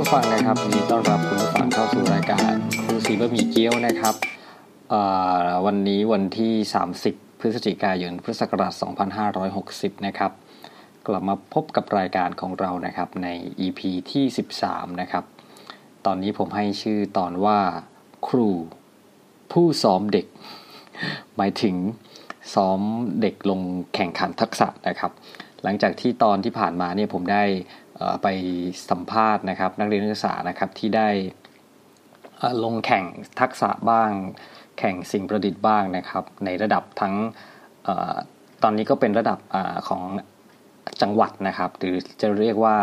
ผู้ฟังนะครับยินดีต้อนรับคุณผู้ฟังเข้าสู่รายการครูซีบะหมี่เกี๊ยวนะครับเอ่อวันนี้วันที่ 30 พฤศจิกายน พุทธศักราช 2560 นะครับ กลับมาพบกับรายการของเรานะครับใน EP ที่ 13 นะครับ ตอนนี้ผมให้ชื่อตอนว่าครูผู้ซ้อมเด็ก หมายถึงซ้อมเด็กลงแข่งขันทักษะนะครับ หลังจากที่ตอนที่ผ่านมาเนี่ยผมได้เอ่อไปสัมภาษณ์นะครับ นักเรียนนักศึกษานะครับที่ได้เอ่อลงแข่งทักษะบ้าง แข่งสิ่งประดิษฐ์บ้างนะครับ ในระดับทั้งเออตอนนี้ก็เป็นระดับอาของจังหวัดนะครับ หรือจะเรียกว่า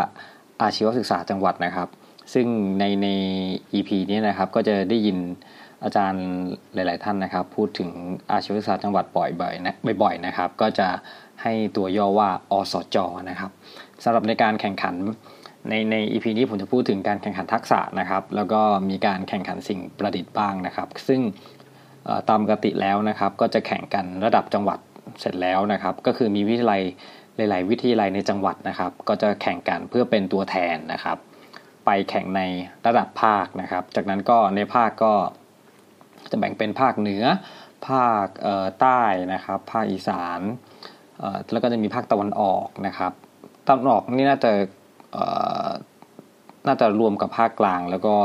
อาชีวศึกษาจังหวัดนะครับ ซึ่งในใน EP เนี้นะครับก็จะได้ยิน อาจารย์หลาย ๆ ท่านนะครับ พูดถึงอาชีวศึกษาจังหวัดบ่อยๆนะบ่อยๆนะครับ ก็จะให้ตัวย่อว่าอสจนะครับสำหรับในการแข่งขันในใน EP นี้ผมจะพูดถึงการแข่งขันทักษะนะครับ แล้วก็มีการแข่งขันสิ่งประดิษฐ์บ้างนะครับ ซึ่งเอ่อตามปกติแล้วนะครับ ก็จะแข่งกันระดับจังหวัดเสร็จแล้วนะครับ ก็คือมีวิทยาลัยหลาย ๆ วิทยาลัยในจังหวัดนะครับ ก็จะแข่งกันเพื่อเป็นตัวแทนนะครับ ไปแข่งในระดับภาคนะครับ จากนั้นก็ในภาคก็ จะแบ่งเป็นภาคเหนือ ภาคเอ่อใต้นะครับ ภาคอีสานเอ่อแล้วก็จะมีภาคตะวันออกนะครับ ตะวันออกนี่น่าจะเอ่อน่าจะรวมกับภาคกลาง แล้วก็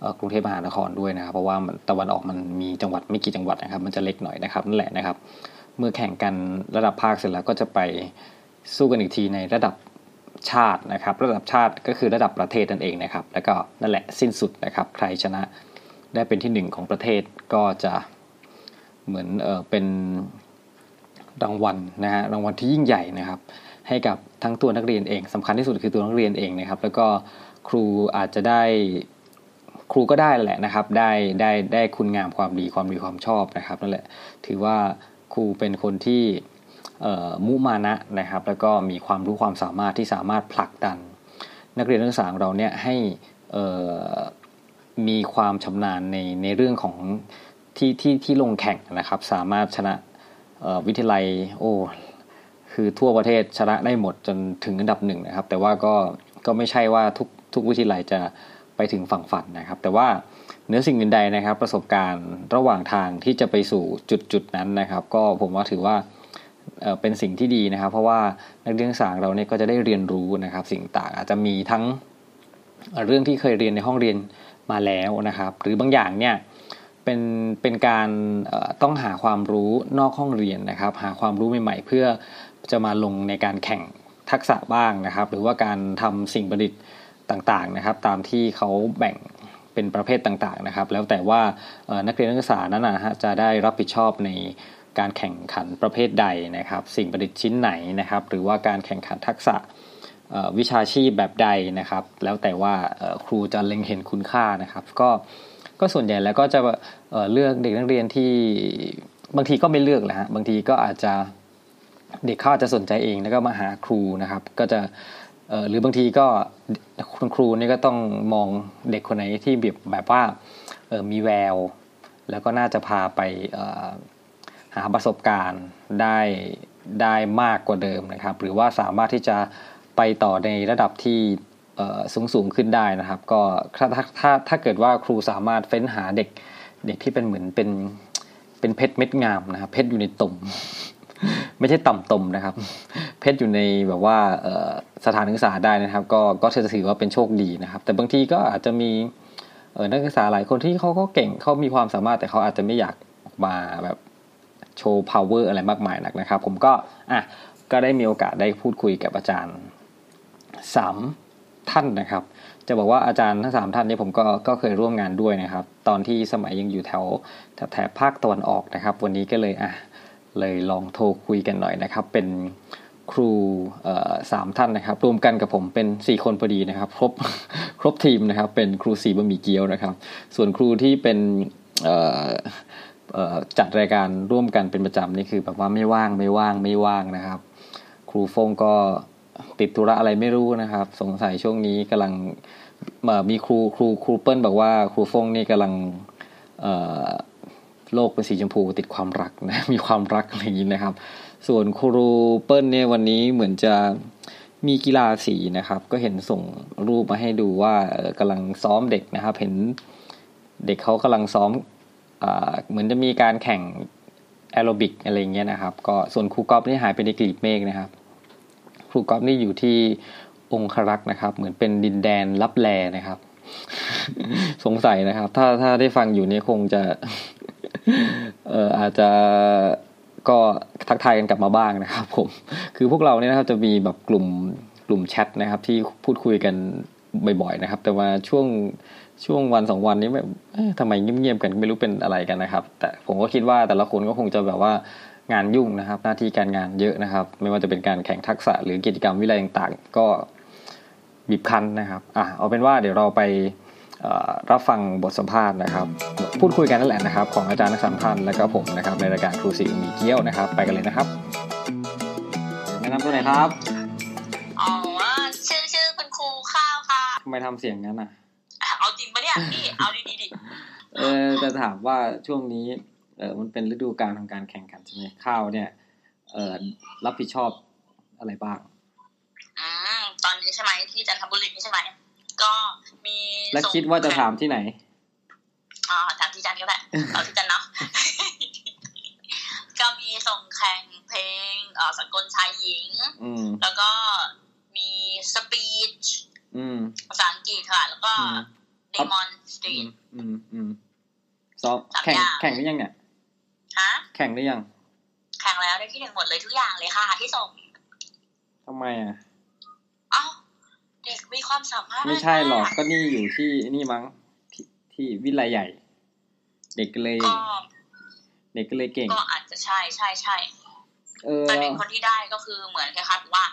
เอ่อกรุงเทพมหานครด้วยนะครับ เพราะว่ามันตะวันออกมันมีจังหวัดไม่กี่จังหวัดนะครับ มันจะเล็กหน่อยนะครับนั่นแหละนะครับ เมื่อแข่งกันระดับภาคเสร็จแล้วก็จะไปสู้กันอีกทีในระดับชาตินะครับ ระดับชาติก็คือระดับประเทศนั่นเองนะครับ แล้วก็นั่นแหละสิ้นสุดนะครับ ใครชนะ ได้เป็นที่หนึ่งของประเทศก็จะเหมือนเออเป็นรางวัลนะฮะรางวัลที่ยิ่งใหญ่นะครับ ให้กับทั้งตัวนักเรียนเองสำคัญที่สุดคือตัวนักเรียนเองนะครับ แล้วก็ครูอาจจะได้ครูก็ได้แหละนะครับ ได้ได้ได้คุณงามความดีความดีความชอบนะครับนั่นแหละถือว่าครูเป็นคนที่เอ่อมุมานะนะครับ แล้วก็มีความรู้ความสามารถที่สามารถผลักดัน นักเรียนนักศึกษาของเราเนี่ยให้เอ่อ มีความชำนาญในในเรื่องของที่ที่ที่ลงแข่งนะครับ สามารถชนะเอ่อวิทยาลัยโอ้คือทั่วประเทศชนะได้หมดจนถึงอันดับหนึ่งนะครับ แต่ว่าก็ก็ไม่ใช่ว่าทุกทุกวิทยาลัยจะไปถึงฝั่งฝันนะครับ แต่ว่าเหนื้อสิ่งอื่นใดนะครับ ประสบการณ์ระหว่างทางที่จะไปสู่จุดจุดนั้นนะครับ ก็ผมว่าถือว่า เอ่อเป็นสิ่งที่ดีนะครับ เพราะว่านักเรียนนักศึกษาของเราเนี่ยก็จะได้เรียนรู้นะครับ สิ่งต่างอาจจะมีทั้ง เรื่องที่เคยเรียนในห้องเรียนมาแล้วนะครับ หรือบางอย่างเนี่ยเป็นเป็นการเอ่อต้องหาความรู้นอกห้องเรียนนะครับ หาความรู้ใหม่ๆ เพื่อจะมาลงในการแข่งทักษะบ้างนะครับ หรือว่าการทำสิ่งประดิษฐ์ต่างๆนะครับ ตามที่เขาแบ่งเป็นประเภทต่างๆนะครับ แล้วแต่ว่าเอ่อนักเรียนนักศึกษานั้นนะฮะจะได้รับผิดชอบในการแข่งขันประเภทใดนะครับ สิ่งประดิษฐ์ชิ้นไหนนะครับ หรือว่าการแข่งขันทักษะ เอ่อวิชาชีพแบบใดนะครับ แล้วแต่ว่าเอ่อครูจะเล็งเห็นคุณค่านะครับ ก็ก็ส่วนใหญ่แล้วก็จะเอ่อเลือกเด็กนักเรียนที่บางทีก็ไม่เลือกแหละฮะบางทีก็อาจจะเด็กเขาอาจจะสนใจเองแล้วก็มาหาครูนะครับ ก็จะเอ่อหรือบางทีก็คุณครูเนี่ยก็ต้องมองเด็กคนไหนที่แบบแบบว่าเอ่อมีแวว แล้วก็น่าจะพาไปเอ่อ หาประสบการณ์ได้ได้มากกว่าเดิมนะครับ หรือว่าสามารถที่จะไปต่อในระดับที่เอ่อสูงสูงขึ้นได้นะครับ ก็ถ้าถ้าถ้าถ้าเกิดว่าครูสามารถเฟ้นหาเด็กเด็กที่เป็นเหมือนเป็นเป็นเพชรเม็ดงามนะครับเพชรอยู่ในตุ่ม ไม่ใช่ต่ำตมนะครับ เพชรอยู่ในแบบว่าเอ่อสถานศึกษาได้นะครับ ก็ก็จะถือว่าเป็นโชคดีนะครับ แต่บางทีก็อาจจะมี เออนักศึกษาหลายคนที่เขาก็เก่งเขามีความสามารถแต่เขาอาจจะไม่อยากออกมาแบบโชว์ power อะไรมากมายนักนะครับ ผมก็อ่ะก็ได้มีโอกาสได้พูดคุยกับอาจารย์สามท่านนะครับ จะบอกว่าอาจารย์ทั้งสามท่านเนี่ยผมก็ก็เคยร่วมงานด้วยนะครับ ตอนที่สมัยยังอยู่แถวแถบแถบภาคตะวันออกนะครับ วันนี้ก็เลยอ่ะเลยลองโทรคุยกันหน่อยนะครับ เป็นครูเอ่อสามท่านนะครับรวมกันกับผมเป็นสี่คนพอดีนะครับ ครบ ครบทีมนะครับ เป็นครูสีบะหมี่เกี๊ยวนะครับ ส่วนครูที่เป็นเอ่อเอ่อจัดรายการร่วมกันเป็นประจำนี่คือแบบว่าไม่ว่างไม่ว่างไม่ว่างนะครับ ครูฟงก็ติดธุระอะไรไม่รู้นะครับ สงสัยช่วงนี้กำลังเอ่อมีครูครูครูเปิ้ลบอกว่าครูฟงนี่กำลังเอ่อโลกเป็นสีชมพูติด ความรักนะ มีความรักอะไรอย่างนี้นะครับ ส่วนครูเปิ้ลเนี่ยวันนี้เหมือนจะ มีกีฬาสีนะครับ ก็เห็นส่งรูปมาให้ดูว่าเอ่อกำลังซ้อมเด็กนะครับ เห็นเด็กเขากำลังซ้อมอ่าเหมือนจะมีการแข่งแอโรบิกอะไรเงี้ยนะครับ ก็ส่วนครูกอล์ฟนี่หายไปในกลีบเมฆนะครับ ครูกอล์ฟนี่อยู่ที่องครักษ์นะครับ เหมือนเป็นดินแดนลับแลนะครับ สงสัยนะครับ ถ้าถ้าได้ฟังอยู่เนี่ยคงจะ เอ่ออาจจะก็ทักทายกันกลับมาบ้างนะครับ ผม คือพวกเราเนี่ยนะครับจะมีแบบกลุ่มกลุ่มแชทนะครับ ที่พูดคุยกันบ่อยๆนะครับ แต่ว่าช่วงช่วงวันสองวันนี้แบบเอ๊ะทำไมเงียบๆกันไม่รู้เป็นอะไรกันนะครับ แต่ผมก็คิดว่าแต่ละคนก็คงจะแบบว่างานยุ่งนะครับ หน้าที่การงานเยอะนะครับ ไม่ว่าจะเป็นการแข่งทักษะหรือกิจกรรมวิจัยต่างๆ ก็บีบคั้นนะครับอ่ะเอาเป็นว่าเดี๋ยวเราไป เอ่อรับฟังบทสัมภาษณ์นะครับ พูดคุยกันนั่นแหละนะครับ ของอาจารย์นักสัมพันธ์และก็ผมนะครับ ในรายการครูสีมีเกี้ยวนะครับ ไปกันเลยนะครับแนะนำตัวไหนอยครับ อ๋อชื่อชื่อคุณครูข้าวค่ะ ทำไมทำเสียงงั้นอ่ะ เอาจริงปะเนี่ยพี่ เอาดีๆดิ เออจะถามว่าช่วงนี้เออมันเป็นฤดูกาลของการแข่งขันใช่ไหมข้าวเนี่ยเออรับผิดชอบอะไรบ้าง อืมตอนนี้ใช่ไหมที่จันทบุรีนี่ใช่ไหมก็มี และคิดว่าจะถามที่ไหน อ๋อถามที่จันก็ ได้เอาที่จันเนาะ ก็มีส่งแข่งเพลงเอ่อสากลชายหญิง อืม แล้วก็มีสปีช อืม ภาษาอังกฤษค่ะ แล้วก็ อืม ดิมอนสตรี อืมทอืมอืมซ้อม สาม แข่ง อย่าง แข่งหรือยังเนี่ย ฮะ แข่งหรือยัง แข่งแล้วได้ที่หนึ่งหมดเลยทุกอย่างเลยค่ะ ที่ส่ง ทำไมอ่ะ เอ้าเด็กมีความสามารถ ไม่ใช่หรอกก็นี่อยู่ที่นี่มั้งที่ที่วิไลใหญ่ เด็กก็เลย ก็ เด็กก็เลยเก่ง ก็อาจจะใช่ใช่ใช่ เออ แต่เด็กคนที่ได้ก็คือเหมือนคล้ายๆแบบว่า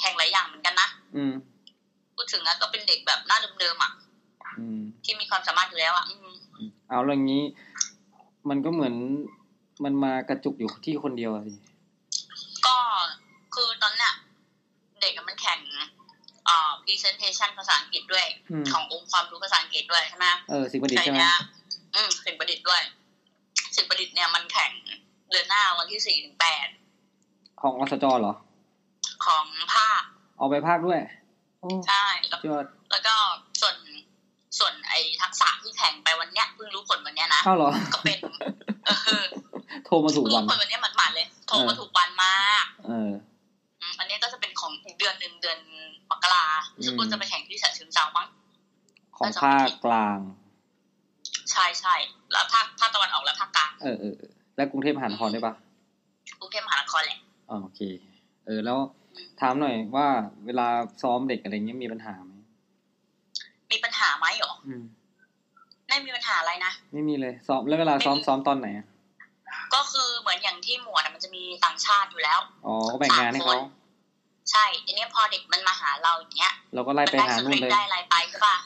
แข่งหลายอย่างเหมือนกันนะ อืม พูดถึงนะก็เป็นเด็กแบบหน้าเดิมๆอ่ะ อืม ที่มีความสามารถอยู่แล้วอ่ะอืม เอาเรื่องนี้ มันก็เหมือนมันมากระจุกอยู่ที่คนเดียวอะสิ ก็คือตอนเนี้ยเด็กอะมันแข่งเอ่อ presentation ภาษาอังกฤษด้วย อืม ขององค์ความรู้ภาษาอังกฤษด้วยใช่ไหม เออสิงประดิษฐ์ ใช่ ใช่ไหม เนี่ยอืมสิ่งประดิษฐ์ด้วย สิ่งประดิษฐ์เนี่ยมันแข่งเดือนหน้าวันที่สี่ถึงแปด ของอสจเหรอ ของภาค เอาไปภาคด้วย โอ้ ใช่แล้ว ยอด แล้วก็ส่วนส่วนไอ้ทักษะที่แข่งไปวันเนี้ยเพิ่งรู้ผลวันเนี้ยนะ เข้าเหรอ ก็เป็นเออ โทรมาถู เพิ่ กวันงรู้ผลวันเนี้ยหมาดๆเลยโทรมา เออ ถูกวันมาก เออ อืมอันเนี้ยก็จะเป็นของอีกเดือนหนึ่งเดือนมกรา อืม ซึ่งคุณจะไปแข่งที่ฉะเชิงเซามั้ง ของภาคกลาง ใช่ใช่แล้วภาคภาคตะวันออกและภาคกลาง เออเออเออและกรุงเทพมหานครได้ปะ กรุงเทพมหานครแหละ อ๋อโอเค เออแล้วถามหน่อยว่าเวลาซ้อมเด็กอะไรเงี้ยมีปัญหาไหม มีปัญหาไหมหรอ อืม ไม่มีปัญหาอะไรนะ ไม่มีเลยซ้อมแล้วเวลาซ้อม ไม่มี ซ้อมตอนไหนอะ ก็คือเหมือนอย่างที่หมวดอะมันจะมีต่างชาติอยู่แล้ว อ๋อก็แบ่งงานให้เขา สามคน ใช่ทีเนี้ยพอเด็กมันมาหาเราอย่างเงี้ย เราก็ไล่ไปหา ส นู่น ริป เลย ได้อะไรไปใช่ป่ะ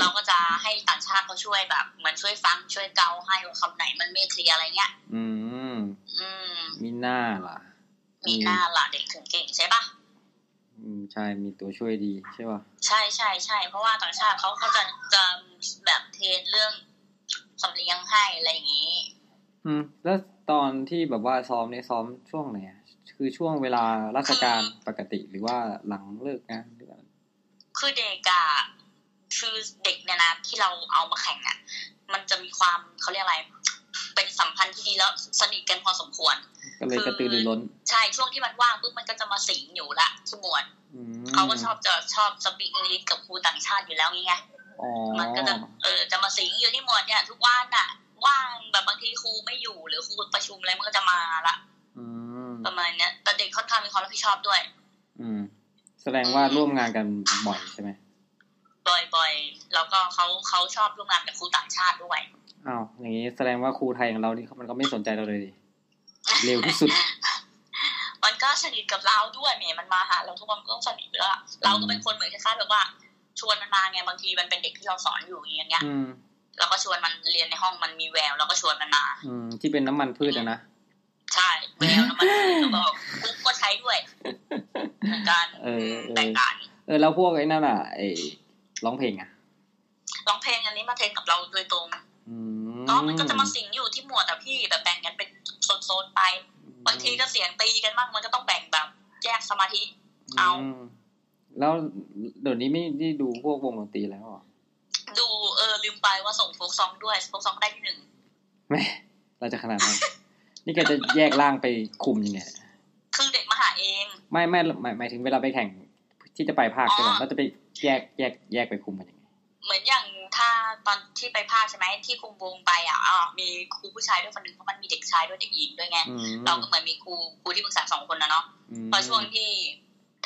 เราก็จะให้ต่างชาติเขาช่วยแบบเหมือนช่วยฟังช่วยเกาให้ว่าคำไหนมันไม่เคลียร์อะไรเงี้ย อืม อืม มีหน้าล่ะ มีหน้าล่ะเด็กถึงเก่งใช่ป่ะ อืมใช่มีตัวช่วยดีใช่ป่ะ ใช่ใช่ใช่เพราะว่าต่างชาติเขาเขาจะจะแบบเทรนเรื่องสำเนียงให้อะไรอย่างงี้ อืม แล้วตอนที่แบบว่าซ้อมเนี่ยซ้อมช่วงไหนอะคือช่วงเวลาราชการปกติหรือว่าหลังเลิกงานหรืออะไร คือเด็กอะคือเด็กเนี่ยนะที่เราเอามาแข่งอะมันจะมีความเขาเรียกอะไร เป็นสัมพันธ์ที่ดีแล้วสนิทกันพอสมควร ก็เลยกระตือรือร้น ใช่ช่วงที่มันว่างปุ๊บมันก็จะมาสิงอยู่ละที่หมวด อืม เขาก็ชอบจะชอบสปีกอังกฤษกับครูต่างชาติอยู่แล้วไง อ๋อ มันก็จะเออจะมาสิงอยู่ที่หมวดเนี่ย ทุกวันน่ะ ว่างแบบบางทีครูไม่อยู่หรือครูประชุมอะไรมันก็จะมาละ อืม ประมาณเนี้ยแต่เด็กค่อนข้างมีความรับผิดชอบด้วย อืม แสดงว่าร่วมงานกันบ่อยใช่ไหม บ่อยๆ แล้วก็เขาเขาชอบร่วมงานกับครูต่างชาติด้วย อ้าวอย่างนี้แสดงว่าครูไทยของเรานี่มันก็ไม่สนใจเราเลยดิเร็วที่สุด มันก็สนิทกับเราด้วยแหมมันมาหาเราทุกวันมันก็ต้องสนิทอยู่แล้วอะเราก็เป็นคนเหมือนคล้ายๆแบบว่า ชวนมันมาไงบางทีมันเป็นเด็กที่เราสอนอยู่อย่างเงี้ย อืม เราก็ชวนมันเรียนในห้องมันมีแววเราก็ชวนมันมา อืมที่เป็นน้ำมันพืชอะนะ ใช่แววน้ำมันแล้วก็ ปุ๊บก็ใช้ด้วยเหมือนกัน เออเออ แต่งการ เออแล้วพวกไอ้นั่นอ่ะไอ้ร้องเพลงอ่ะ ร้องเพลงอันนี้มาเทรนกับเราโดยตรง อืม ก็มันก็จะมาสิงอยู่ที่หมวดแต่พี่แต่แบ่งกันเป็นโซนๆไป บางทีก็เสียงตีกันบ้างมันก็ต้องแบ่งแบบแยกสมาธิ เอา อืม แล้วเดี๋ยวนี้ไม่ได้ดูพวกวงดนตรีแล้วเหรอ ดูเออลืมไปว่าส่งโฟกซองด้วยโฟกซองได้ที่หนึ่ง แม่เราจะขนาด นั้น นี่แกจะแยกร่างไปคุมยังไง คือเด็กมาหาเอง ไม่ไม่หมายหมายถึงเวลาไปแข่งที่จะไปภาคใช่ไหม อ๋อ เราจะไปแยกแยกแยกไปคุมกันยังไง เหมือนอย่างถ้าตอนที่ไปภาคใช่ไหมที่คุมวงไปอ่ะอ่ามีครูผู้ชายด้วยคนหนึ่งเพราะมันมีเด็กชายด้วยเด็กหญิงด้วยไง อืม เราก็เหมือนมีครูครูที่ปรึกษาสองคนนะเนาะ อืม พอช่วงที่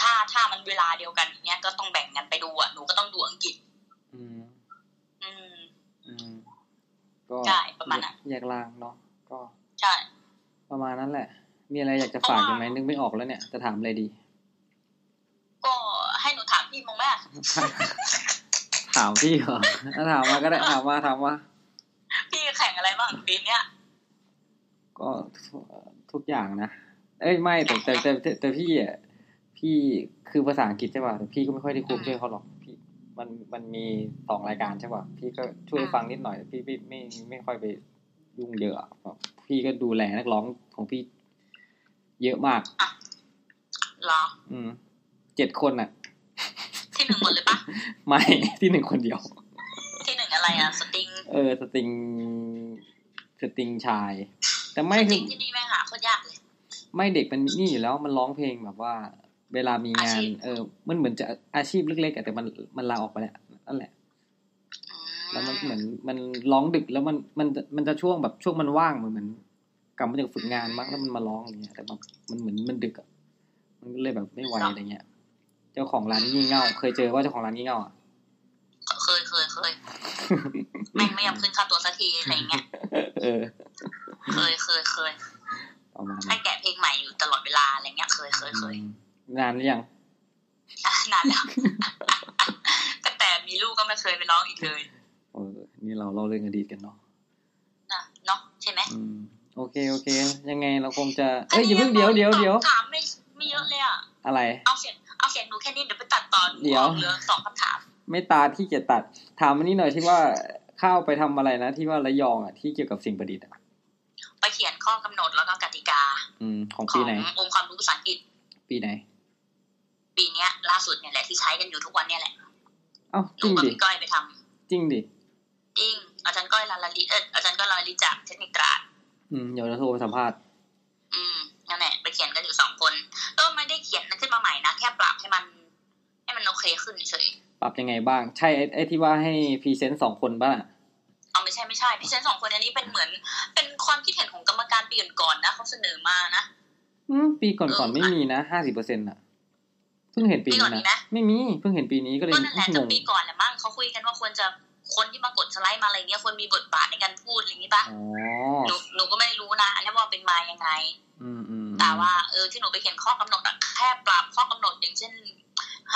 ถ้าถ้ามันเวลาเดียวกันอย่างเงี้ยก็ต้องแบ่งกันไปดูอ่ะหนูก็ต้องดูอังกฤษ อืม อืม อืมก็ ใช่ประมาณนั้น แยกร่างเนาะก็ ใช่ ประมาณนั้นแหละ มีอะไรอยากจะฝากยังไหมนึกไม่ออกแล้วเนี่ยจะถามอะไรดี ก็ให้หนูถามพี่มองแม่ ถามพี่เหรอ ถ้าถามมาก็ได้ถามมาถามมา พี่แข่งอะไรบ้างปีเนี้ย ก็ทุกทุกอย่างนะ เอ้ยไม่แต่แต่แต่แต่แต่พี่อ่ะพี่คือภาษาอังกฤษใช่ป่ะแต่พี่ก็ไม่ค่อยได้คุม อ่า ช่วยเขาหรอกพี่มันมันมีสองรายการใช่ป่ะพี่ก็ช่วย อ่า ฟังนิดหน่อยแต่พี่พี่ไม่ไม่ไม่ค่อยไปยุ่งเยอะอะแบบพี่ก็ดูแลนักร้องของพี่ เยอะมาก เหรอ อืมเจ็ดคนอ่ะ ที่หนึ่งหมดเลยปะ ไม่ ที่หนึ่งคนเดียว ที่หนึ่งอะไรอ่ะสติง เออสติงสติงชาย แต่ไม่ ส คื ติ อ งที่นี่แม่งหาโคตรยากเลย ไม่เด็กมันนี่อยู่แล้วมันร้องเพลงแบบว่า เวลามี อาง า ชี น พ เออ มันเหมือนจะอาชีพเล็กๆอะแต่มันมันลาออกไปแล้วนั่นแหละ อื แล้วมันเหมือนมันร้องดึกแล้วมันมันจะมันจะช่วงแบบช่วงมันว่างเหมือนเหมือนกลับมาจากฝึกงานมั้งแล้วมันมาร้องอย่างเงี้ยแต่แบบมันเหมือนมันดึกอะมันก็เลยแบบไม่ไหวอะไรเงี้ย เจ้าของร้านงี่เง่าเคยเจอว่าเจ้าของร้านงี่เง่าอะ เคยเคยเคยแม่งไม่ยอมขึ้นค่าตัวสักทีอะไรอย่างเงี้ย เออ เคยเคยเคย ประมาณนั้ให้น แกะเพลงใหม่อยู่ตลอดเวลาอะไรเงี้ยเคยเคยเคย นานหรือยัง อ่ะนานแล้วตั้งแต่มีลูกก็ไม่เคยไปร้องอีกเลย เออนี่เราเล่าเรื่องอดีตกันเนาะ นะเนาะใช่ไหม อืมโอเคโอเค ยังไงเราคงจะเอ้ยอย่าเพิ่งเดี๋ยวเดี๋ยวเดี๋ยว ถามไม่ไม่เยอะเลยอ่ะ อะไร เอาเสียงเอาเสียงหนูแค่นี้เดี๋ยวไปตัดตอน เดี๋ยว เหลือสองคำถาม ไม่ตาที่เกียจตัด ถามอันนี้หน่อยที่ว่าเข้าวไปทำอะไรนะ ที่ว่าระยองอ่ะที่เกี่ยวกับสิ่งประดิษฐ์อ่ะ ไปเขียนข้อกำหนดแล้วก็กติกา อืมของ ข ปี อง ไหน องค์ความรู้ภาษาอังกฤษ ปีไหน ปีเนี้ย ล่าสุดเนี่ยแหละที่ใช้กันอยู่ทุกวันเนี่ยแหละ เอ้า ห จ นู ริง กับ ดิ พี่ก้อยไปทำ จริงดิ จริงอาจารย์ก้อยลาลาลิเอออาจารย์ก้อยลาลาลิจากเทคนิคตราด อืมเดี๋ยวเราโทรไปสัมภาษณ์ อืมนั่นแหละไปเขียนกันอยู่สองคนก็ไม่ได้เขียนขึ้นมาใหม่นะแค่ปรับให้มัน ให้มันโอเคขึ้นเฉย ปรับยังไงบ้าง ใช่ไอ้ไอ้ที่ว่าให้พรีเซนต์สองคนบ้าง ๆเอาไม่ใช่ไม่ใช่พี่เซนสองคนอันนี้เป็นเหมือน เป็นความคิดเห็นของกรรมการปีก่อนๆนะเขาเสนอมานะ อืมปีก่อนๆไม่มีนะห้าสิบเปอร์เซ็นต์อ่ะเพิ่งเห็นปี ปีก่อนมี นี้ ไหม นะไม่มีเพิ่งเห็นปีนี้ก็เลย ก็นั่นแหละ ง จาก ง ปีก่อนแหละมั้งเขาคุยกันว่าควรจะคนที่มากดสไลด์มาอะไรเงี้ยควรมีบทบาทในการพูดอะไรอย่างนี้ปะ อ๋อ หนูหนูก็ไม่รู้นะอันนี้ว่าเป็นมายังไง อืมอืม แต่ว่าเออที่หนูไปเขียนข้อกำหนดอะแค่ปรับข้อกำหนดอย่างเช่น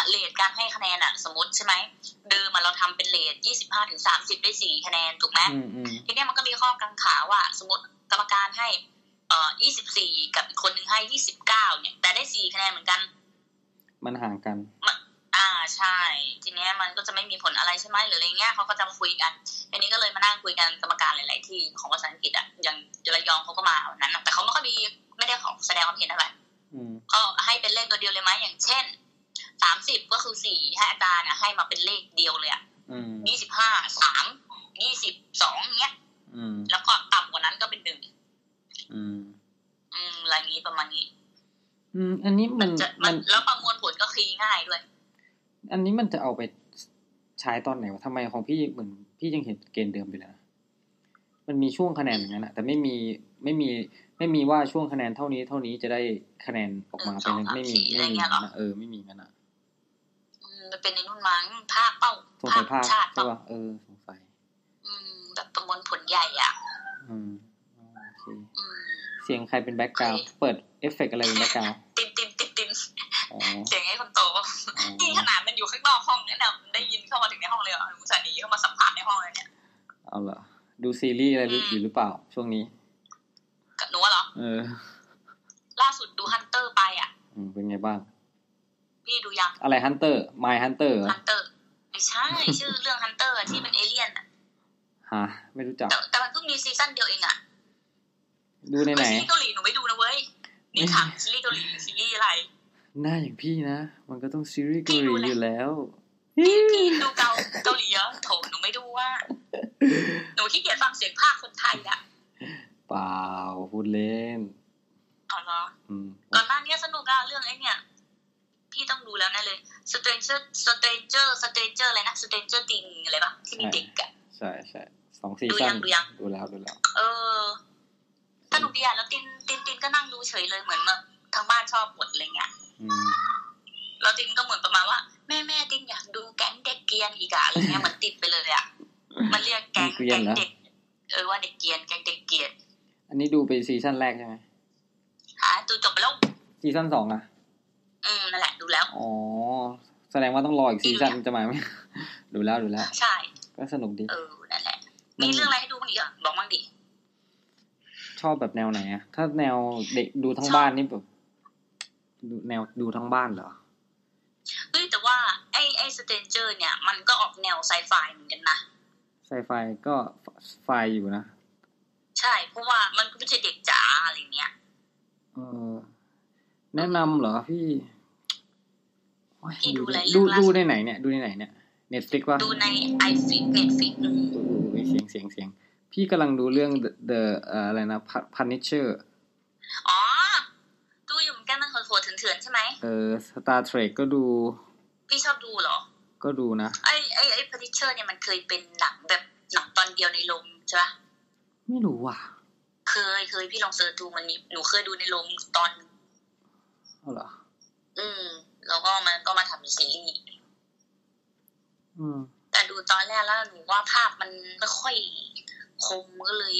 เลทการให้คะแนนอะสมมติใช่ไหมเดิมอะเราทำเป็นเลทยี่สิบห้าถึงสามสิบได้สี่คะแนนถูกไหม อืมอืม ทีเนี้ยมันก็มีข้อกังขาว่าสมมติกรรมการให้เอ่อยี่สิบสี่กับอีกคนหนึ่งให้ยี่สิบเก้าเนี่ย แต่ได้สี่คะแนนเหมือนกัน มันห่างกัน อ่าใช่ ทีเนี้ยมันก็จะไม่มีผลอะไรใช่ไหมหรืออะไรเงี้ยเขาก็จะมาคุยกันทีนี้ก็เลยมานั่งคุยกันกรรมการหลาย ๆ ที่ของภาษาอังกฤษอะอย่างระยองเขาก็มาวันนั้นอะแต่เขาไม่ค่อยมีไม่ได้ขอแสดงความเห็นอะไร อืม ก็ให้เป็นเลขตัวเดียวเลยไหมอย่างเช่นสามสิบก็คือสี่ให้อาจารย์อะให้มาเป็นเลขเดียวเลยอะ อืม ยี่สิบห้าสามยี่สิบสองเนี้ย อืม แล้วก็ต่ำกว่านั้นก็เป็นหนึ่ง อืม อืมอะไรนี้ประมาณนี้ อืม อันนี้มัน จะมั มัน น แล้วประมวลผลก็คือง่ายด้วย อันนี้มันจะเอาไปใช้ตอนไหนวะทำไมของพี่เหมือนพี่ยังเห็นเกณฑ์เดิมอยู่แล้วนะมันมีช่วงคะแนนอย่างนั้นอะแต่ไม่มีไม่มีไม่มีว่าช่วงคะแนนเท่านี้เท่านี้จะได้คะแนนออกมาเป็น หนึ่งสอง ไม่มี สามสี่ ไม่มี อะไรเงี้ยเหรอ นะเออไม่มีงั้นอะ อืมมันเป็นในนุ่นมั้งภาคเป้า สงสัยภาค ชาติ ใช่ เป้า ป่ะเออสงสัย อืม แบบประมวลผลใหญ่อ่ะ อืมอ๋อโอเค อืม เสียงใครเป็นแบ็กกราวด์ ใคร เปิดเอฟเฟกต์อะไรเป็นแบ็กกราวด์ ตินตินตินติน อ๋อ เสียงไอ้คนโต อ๋อ นี่ขนาดมันอยู่ข้างนอกห้องเนี่ยนะได้ยินเข้ามาถึงในห้องเลยอ่ะอุตส่าห์หนีเข้ามาสัมภาษณ์ในห้องเลยเนี่ย เอาเหรอดูซีรีส์อะไรอยู่หรือเปล่า ช่วงนี้ หนูว่าเหรอ เออ ล่าสุดดูฮันเตอร์ไปอ่ะ อืมเป็นไงบ้าง พี่ดูยัง อะไรฮันเตอร์ไมฮันเตอร์ ฮันเตอร์ไม่ ใช่ ชื่อเรื่องฮันเตอร์ที่เป็นเอเลี่ยนอะ ฮะไม่รู้จัก แต่แต่มันเพิ่งมีซีซั่นเดียวเองอ่ะ ดูในไหน ซีรีส์เกาหลีหนูไม่ดูนะเว้ย นี่ถามซีรีส์เกาหลีหรือซีรีส์อะไร หน้าอย่างพี่นะ มันก็ต้องซีรีส์เกาห พี่ดู ลีอแลยู่แล้ว พี่พี่ดูเกาเกาหลีเหรอโถหนูไม่ดูว่า หนูขี้เกียจฟังเสียงภาคคนไทยอะ เปล่าพูดเล่น อ๋อเหรอ อืม ก่อนหน้าเนี้ยสนุกอะเรื่องไอ้เนี่ย พี่ต้องดูแล้วแน่เลย Stranger Stranger Stranger อะไรนะ Stranger Thing อะไรปะที่มีเด็กอะ ใช่ใช่สองซี ดูยั ซั่น งดูยัง ดูแล้วดูแล้ว เออสนุกดีอะแล้วตินตินตินก็นั่งดูเฉยเลยเหมือนแบบทางบ้านชอบหมดอะไรเงี้ย อืม แล้วตินก็เหมือนประมาณว่า แม่แม่ตินอยากดูแก๊งเด็กเกรียนอีกอะอะไรเงี้ยเหมือนติดไปเลยอะมันเรียกแก๊ง เกรียนเหรแก๊งอ เด็กเออว่าเด็กเกรียนแก๊งเด็กเกรียน อันนี้ดูไปซีซั่นแรกใช่ไหม หาดูจบไปแล้ว ซีซั่นสองอะ อืมนั่นแหละดูแล้ว อ๋อ แสดงว่าต้องรออีกซีซั่นจะมาไหม ดูแล้วดูแล้ว ใช่ ก็สนุกดี เออนั่นแหละ มีเรื่องอะไรให้ดูบ้างอีกอะบอกบ้างดิ ชอบแบบแนวไหนอะถ้าแนวเด็กดูทั้ง ชอบ บ้านนี่แบบดูแนวดูทั้งบ้านเหรอ เฮ้ยแต่ว่าไอ้ไอ้สเตนเจอร์เนี่ย มันก็ออกแนวไซไฟเหมือนกันนะ ไซไฟก็ไฟอยู่นะ ใช่เพราะว่ามันก็ไม่ใช่เด็กจ๋าอะไรเนี้ย เออ แนะนำเหรอพี่โอ้ย พี่ดูอะไร ดู เรื่องล่า ดู สุด ในไหนเนี่ย ดูในไหนเนี่ยเน็ตฟลิกป่ะ ดูในไอฟิกเน็ตฟิก โอ้โหเสียงเสียงเสียง พี่กำลังดูเรื่อง The- the เอ่ออะไรนะ Punisher อ๋อ ดูอยู่เหมือนกันมันโหดๆเถื่อนๆใช่ไหม เออ Star Trek ก็ดู พี่ชอบดูเหรอ ก็ดูนะ ไอ้ไอ้ไอ้พาริเชอร์เนี่ยมันเคยเป็นหนังแบบหนังตอนเดียวในโรงใช่ปะ ไม่รู้ว่ะ เคยเคยพี่ลองเสิร์ชดูมันมีหนูเคยดูในโรงตอน เอาเหรอ อืม แล้วก็มันก็มาทำเป็นซีรีส์ อืม แต่ดูตอนแรกแล้วหนูว่าภาพมันไม่ค่อยคมก็เลย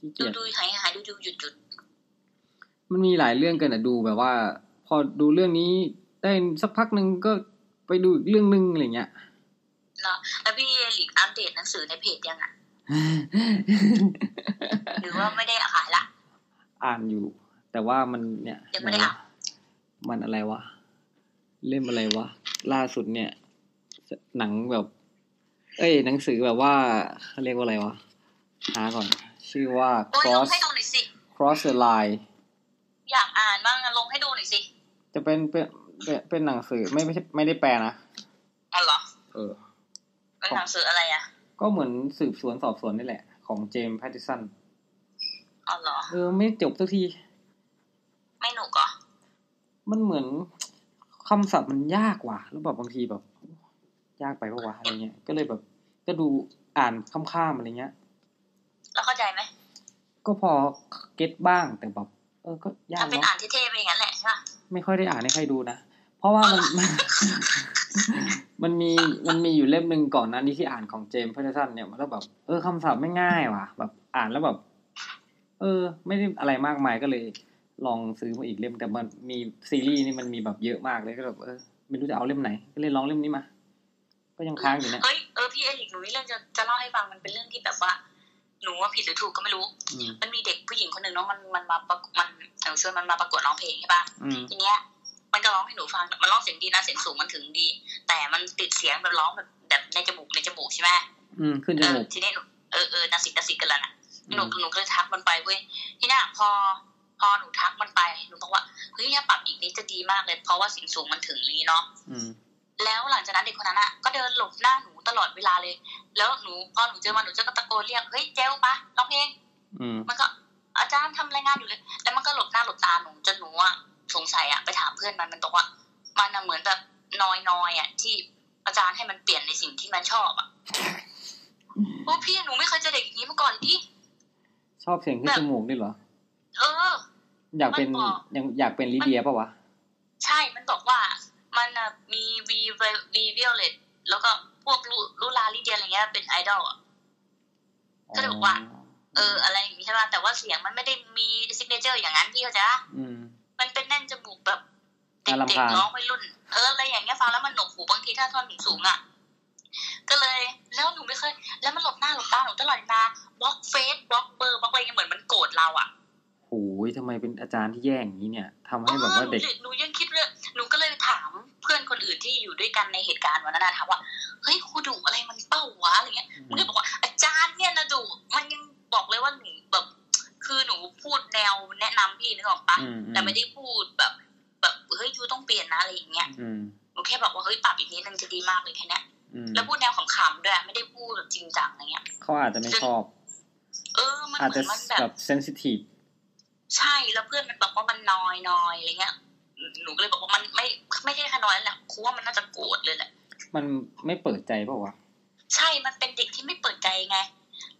ขี้ ดู เกียจ ดูหายหายดูดูหยุดหยุด มันมีหลายเรื่องกันอะดูแบบว่า พอดูเรื่องนี้ได้สักพักหนึ่งก็ไปดูอีกเรื่องหนึ่งอะไรเงี้ย แล้วพี่หลีกอัปเดตหนังสือในเพจยัง อ่ะ หรือว่าไม่ได้อ่ะค่ะละ อ่านอยู่ แต่ว่ามันเนี่ย ยังไม่ได้อ่าน มันอะไรวะ เล่มอะไรวะ ล่าสุดเนี่ย หนังแบบ เอ้ย หนังสือแบบว่าเขาเรียกว่าอะไรวะ หาก่อน ชื่อว่า โอ้ยลง cross ให้ดูหน่อยสิ cross the line อยากอ่านบ้างอะลงให้ดูหน่อยสิ จะเป็นเป็นเป็นเป็นหนังสือไม่ไม่ใช่ไม่ได้แปลนะ อ๋อเหรอ เออ เป็นหนังสืออะไรอ่ะ ก็เหมือนสืบสวนสอบสวนนี่แหละ ของเจมส์แพตติสัน อ๋อเหรอ เออไม่จบสักที ไม่หนุกเหรอ มันเหมือนคำศัพท์มันยากว่ะแล้วแบบบางทีแบบ ยากไปปะวะอะไรเงี้ย ก็เลยแบบ ก็ดูอ่านข้ามๆอะไรเงี้ย แล้วเข้าใจไหม ก็พอเก็ตบ้างแต่แบบ เออก็ยา ถ้าก เป็น เนาะ อ่านเท่ๆไปอย่างนั้นแหละใช่ปะ ไม่ค่อยได้อ่านให้ใครดูนะ เพราะว่ามัน มันมีมันมีอยู่เล่มหนึ่งก่อนหนั้นนี้ที่อ่านของเจมส์เพเทสันเนี่ยมันก็แบบเออคำศัพท์ไม่ง่ายว่ะ แบบอ่านแล้วแบบ เออ ไม่ได้อะไรมากมายก็เลย ลองซื้อมาอีกเล่มแต่มันมีซีรีส์นี่มันมีแบบเยอะมากเลยก็แบบเออไม่รู้จะเอาเล่มไหน ก็เลยลองเล่มนี้มา ก็ยังค้างอยู่เนี่ย เฮ้ยเออพี่เอลิกหนูมีเรื่องจะจะเล่าให้ฟังมันเป็นเรื่องที่แบบว่า หนูว่าผิดหรือถูกก็ไม่รู้ อืม มันมีเด็กผู้หญิงคนหนึ่งเนาะมันมันมาประกวดมันหนูชวนมันมาประกวดร้องเพลงใช่ปะ อืม ทีเนี้ยมันก็ร้องให้หนูฟัง มันร้องเสียงดีนะ เสียงสูงมันถึงดี แต่มันติดเสียงแบบร้องแบบแบบในจมูกในจมูกใช่ไหม อืมขึ้นจ เออ มูก ทีนี้หนูเออเออนาสิกนาสิกกันแล้วนะ อื หนู ม หนูก็เลยทักมันไปเว้ย ทีเนี้ยพอพอหนูทักมันไป หนูบอกว่า เฮ้ยถ้าปรับอีกนิดจะดีมากเลย เพราะว่าเสียงสูงมันถึงนี้เนาะ อืม แล้วหลังจากนั้นเด็กคนนั้นอ่ะก็เดินหลบหน้าหนูตลอดเวลาเลย แล้วหนูพอหนูเจอมันหนูจะตะโกนเรียก เฮ้ยเจลปะร้องเพลง อืม มันก็อาจารย์ทำรายงานอยู่เลยแล้วมันก็หลบหน้าหลบตาหนูจนหนูอะสงสัยอะไปถามเพื่อนมันมันบอกว่า มันอะเหมือนแบบนอยนอยอะที่อาจารย์ให้มันเปลี่ยนในสิ่งที่มันชอบอะโอ้พี่หนูไม่เคยเจอเด็กอย่างนี้มาก่อนดิ ชอบเสียงขึ้นจมูกด้วยเหรอ เออ อยากเป็น มันบอก ยังอยากเป็นลิเดียปะวะ ใช่มันบอกว่ามันอะมีวีวีเวลเลตแล้วก็พวกลูลูลาลิเดียอะไรเงี้ยเป็นไอดอลอะ ก็เลยบอกว่า เอออะไรอย่างงี้ใช่ป่ะแต่ว่าเสียงมันไม่ได้มีซิกเนเจอร์อย่างนั้นพี่เข้าใจปะ อืม มันเป็นแน่นจมูกแบบเ อ่ารำ ด็ก คาญ ๆน้องวัยรุ่น เอออะไรอย่างเงี้ยฟังแล้วมันหนวกหูบางทีถ้าท่อนสูงๆอ่ะ ก็เลย แล้วหนูไม่เคย แล้วมันหลบหน้าหลบตาหนูตลอดเวลาบล็อกเฟซบล็อกเบอร์บล็อกอะไรเงี้ยเหมือนมันโกรธเราอ่ะ โอ้ยทำไมเป็นอาจารย์ที่แย่อย่างนี้เนี่ยทำให้แบบว่าเด็ก ออหนูหนูยังคิดเลยหนูก็เลยถามเพื่อนคนอื่นที่อยู่ด้วยกันในเหตุการณ์วันนั้นนะถามว่าเฮ้ยครูดุอะไรมันเป้าวะอะไรเงี้ยมันก็บอกว่าอาจารย์เนี่ยนะดุมันยังบอกเลยว่าหนูแบบ คือหนูพูดแนวแนะนำพี่นึกออกปะ อืมอืม แต่ไม่ได้พูดแบบ แบบเฮ้ยยูต้องเปลี่ยนนะอะไร อย่างเงี้ย อืม หนูแค่บอกว่าเฮ้ยปรับอีกนิดนึงจะดีมากเลยแค่เนี้ย อืม แล้วพูดแนวขำๆด้วยไม่ได้พูดแบบจริงจังอะไรเงี้ย เขาอาจจะไม่ชอบ เออมัน อาจ เหมื จะ อนมันแบ แบบ บเซนซิทีฟ ใช่แล้วเพื่อนมันบอกว่ามันนอยนอยอะไรเงี้ยหนูก็เลยบอกว่ามันไม่ไม่ใช่แค่นอยแล้วแหละครูว่ามันน่าจะโกรธเลยแหละ มันไม่เปิดใจเปล่าวะ ใช่ มันเป็นเด็กที่ไม่เปิดใจไง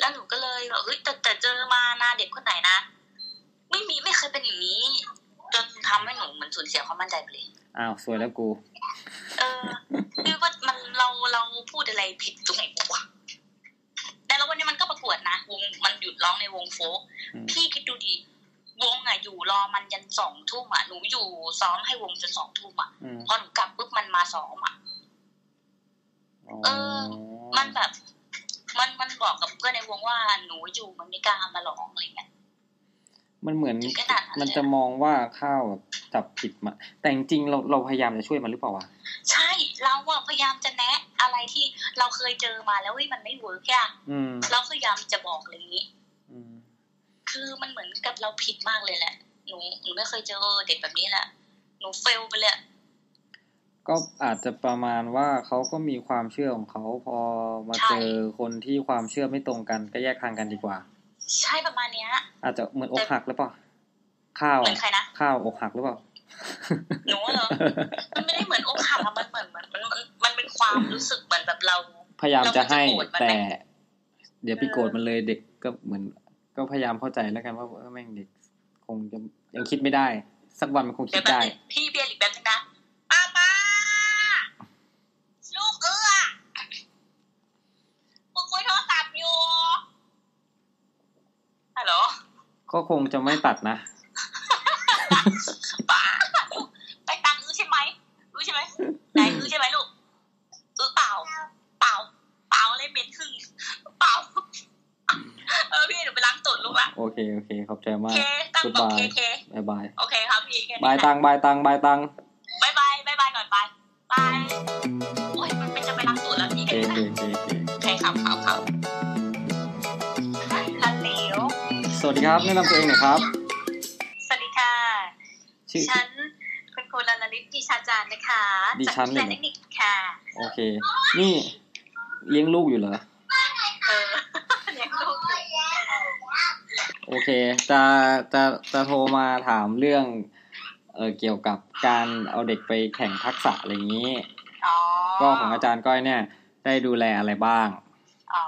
แล้วหนูก็เลยแบบเฮ้ยแต่แต่เจอมานะเด็กคนไหนนะ ไม่มีไม่เคยเป็นอย่างนี้ จนทำให้หนูเหมือนสูญเสียความมั่นใจไปเลย อ้าวสวยแล้วกู เออคือว่ามันเราเราพูดอะไรผิดตรงไหนบ้างวะแต่แล้ววันนี้มันก็ประกวดนะ วงมันหยุดร้องในวงโฟก อืม พี่คิดดูดิ วงอะอยู่รอมันยันสองทุ่มอะหนูอยู่ซ้อมให้วงจนสองทุ่มอะ อืม พอหนูกลับปุ๊บมันมาซ้อมอะ อ๋อ เออ มันแบบ มันมันบอกกับเพื่อนในวงว่าหนูอยู่มันไม่กล้ามาร้องอะไรเงี้ย มันเหมือน ถึงขนาดนั้นเลยอะ มันจะมองว่าข้าวแบบจับผิดมา แต่จริงๆเราเราพยายามจะช่วยมันหรือเปล่าวะ ใช่เราอะพยายามจะแนะอะไรที่เราเคยเจอมาแล้วเว้ยมันไม่เวิร์กอะ อืม เราพยายามจะบอกอะไรอย่างนี้ อืม คือมันเหมือนกับเราผิดมากเลยแหละ หนูหนูไม่เคยเจอเด็กแบบนี้แหละ หนูเฟลไปเลยอะ ก็อาจจะประมาณว่าเขาก็มีความเชื่อของเขาพอมาเจอคนที่ความเชื่อไม่ตรงกันก็แยกทางกันดีกว่า ใช่ประมาณเนี้ย อาจจะเหมือนอกหักหรือเปล่าข้าว เหมือ อะ นใครนะ ข้าวอกหักหรือเปล่า หนูเหรอ มันไม่ได้เหมือนอกหักอะมันเหมือนมันมันมันมันเป็นความรู้สึกเหมือนแบบเรา พยายามจะให้ เราก็จะโกรธมันไหม แต่ เดี๋ยวไปโกรธมันเลยเด็กก็เหมือน ก็พยายามเข้าใจแล้วกันว่าเออแม่งเด็กคงจะยังคิดไม่ได้ สักวันมันคงคิ เดี๋ดยวแป๊บ ได้ นึงพี่เบียร์อีกแป๊บนึงนะป้าป้าลูกเอื้อมึงคุยโทรศัพท์อยู่ฮัลโหล ก็คงจะไม่ตัดนะ ป้าลูก ไปตังอื้อใช่ไหมรู้ใช่ไหมไหนอื้อใช่ไหมลูกอื้อเปล่า เปล่า เปล่าเลยเหม็นหึ่งเปล่า เออพี่หนูไปล้างตูดลูกละ โอเคโอเค ขอบใจ โอ มาก เคตั้งบอกเค Goodbye เค บายบาย โอเคครับพี่แค่นี้ บาย นะ ตังบายตังบายตัง บายบายบายบายก่อนบายบายโอ้ยมันเป็นจะไปล้างตูดแล้วพี่ โอเค เอ๋ โอเคโอเคโอเค ใครขับขับขับฮัลโหล สวัสดีครับแนะนำตัวเองหน่อยครับ สวัสดีค่ะ ชื่อ ฉันคุณครูลาลาลิศดิชาจารย์นะคะ ดิ จาก ฉัน วิ เลย ทยา เหรอ เทคนิคค่ะ โอเค นี่เลี้ยงลูกอยู่เหรอ เออ เลี้ยงลูกอยู่ โอเค จะจะจะโทรมาถามเรื่อง เออเกี่ยวกับการเอาเด็กไปแข่งทักษะอะไรอย่างนี้ อ๋อ ก็ของอาจารย์ก้อยเนี่ย ได้ดูแลอะไรบ้าง อ๋อ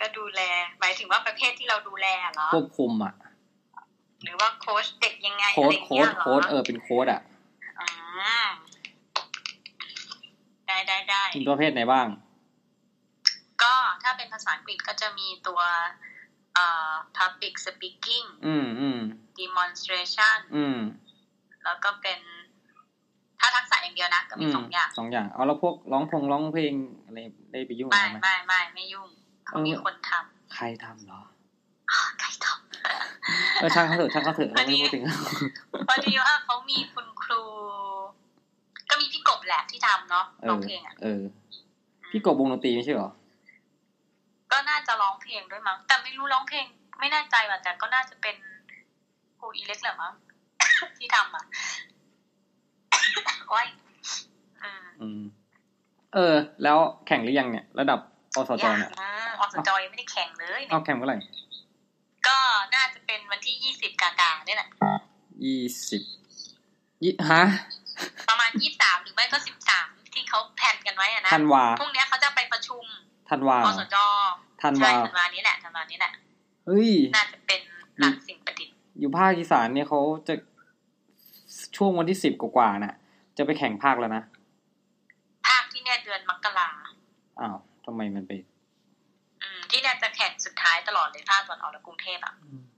ก็ดูแล หมายถึงว่าประเภทที่เราดูแลเหรอ ควบคุมอ่ะ หรือว่าโค้ชเด็กยังไง โค้ดอะไรอย่าง โค้ เงี้ ด ยเหรอ โค้ดเออเป็นโค้ดอ่ะ อ่าได้ได้ได้ มีประเภทไหนบ้าง ก็ถ้าเป็นภาษาอังกฤษก็จะมีตัวเอ่อ public speaking อืมอืม demonstration อืม แล้วก็เป็น ถ้าทักษะอย่างเดียวนะ ก็ อื มี ม สองอย่าง สองอย่าง เอาแล้วพวกร้องพงร้องเพลงอะไรได้ไปยุ่งอะไรไหไม่ม ไม่ไม่ไม่ยุ่งเขา เออ มีคนท ใครทำเหรอ ำอ้าวไก่ทอง เออช่างเขาเถอะช่างเขาเถอะ อั เรา นนี้ ไม่พูดถึง พอดีว่าเขามีคุณครู ก็มีพี่กบแหละที่ทำเนาะ เอ ร้อ อ งเพลงอ่ะ เออ พี่กบวงดนตรีไม่ใช่เหรอ ก็น่าจะร้องเพลงด้วยมั้งแต่ไม่รู้ร้องเพลง ไม่แน่ใจว่ะแต่ก็น่าจะเป็นครูอีเล็กแหละมั้ง ที่ทำอ่ะ โอ้ยอืม อืม เออ แล้วแข่งหรือยังเนี่ย ระดับอสจ ยัง เนี่ย อืมอสจยังไม่ได้แข่งเลยเนี่ เอา ย แข่งเมื่อไหร่ ก็น่าจะเป็นวันที่ยี่สิบกลางๆเนี่ยแหละ ยี่สิบยี่ฮะ ประมาณยี่สามหรือไม่ก็สิบสามที่เขาแพลนกันไว้อะนะ ธันวา พรุ่งเนี้ยเขาจะไปประชุม ธันวา อสจ ธัน ใช่ วา ธันวานี้แหละธันวานี้แหละ เฮ้ย น่าจะเป็นหลังสิ่งประดิษฐ์ อยู่ภาคอีสานเนี่ยเขาจะช่วงวันที่สิบกว่าๆน่ะ จะไปแข่งภาคแล้วนะ ภาคที่เนี่ยเดือนมกรา อ้าวทำไมมันไป อืมที่เนี่ยจะแข่งสุดท้ายตลอดเลยภาคตอนออกแล้วกรุงเทพอ่ะ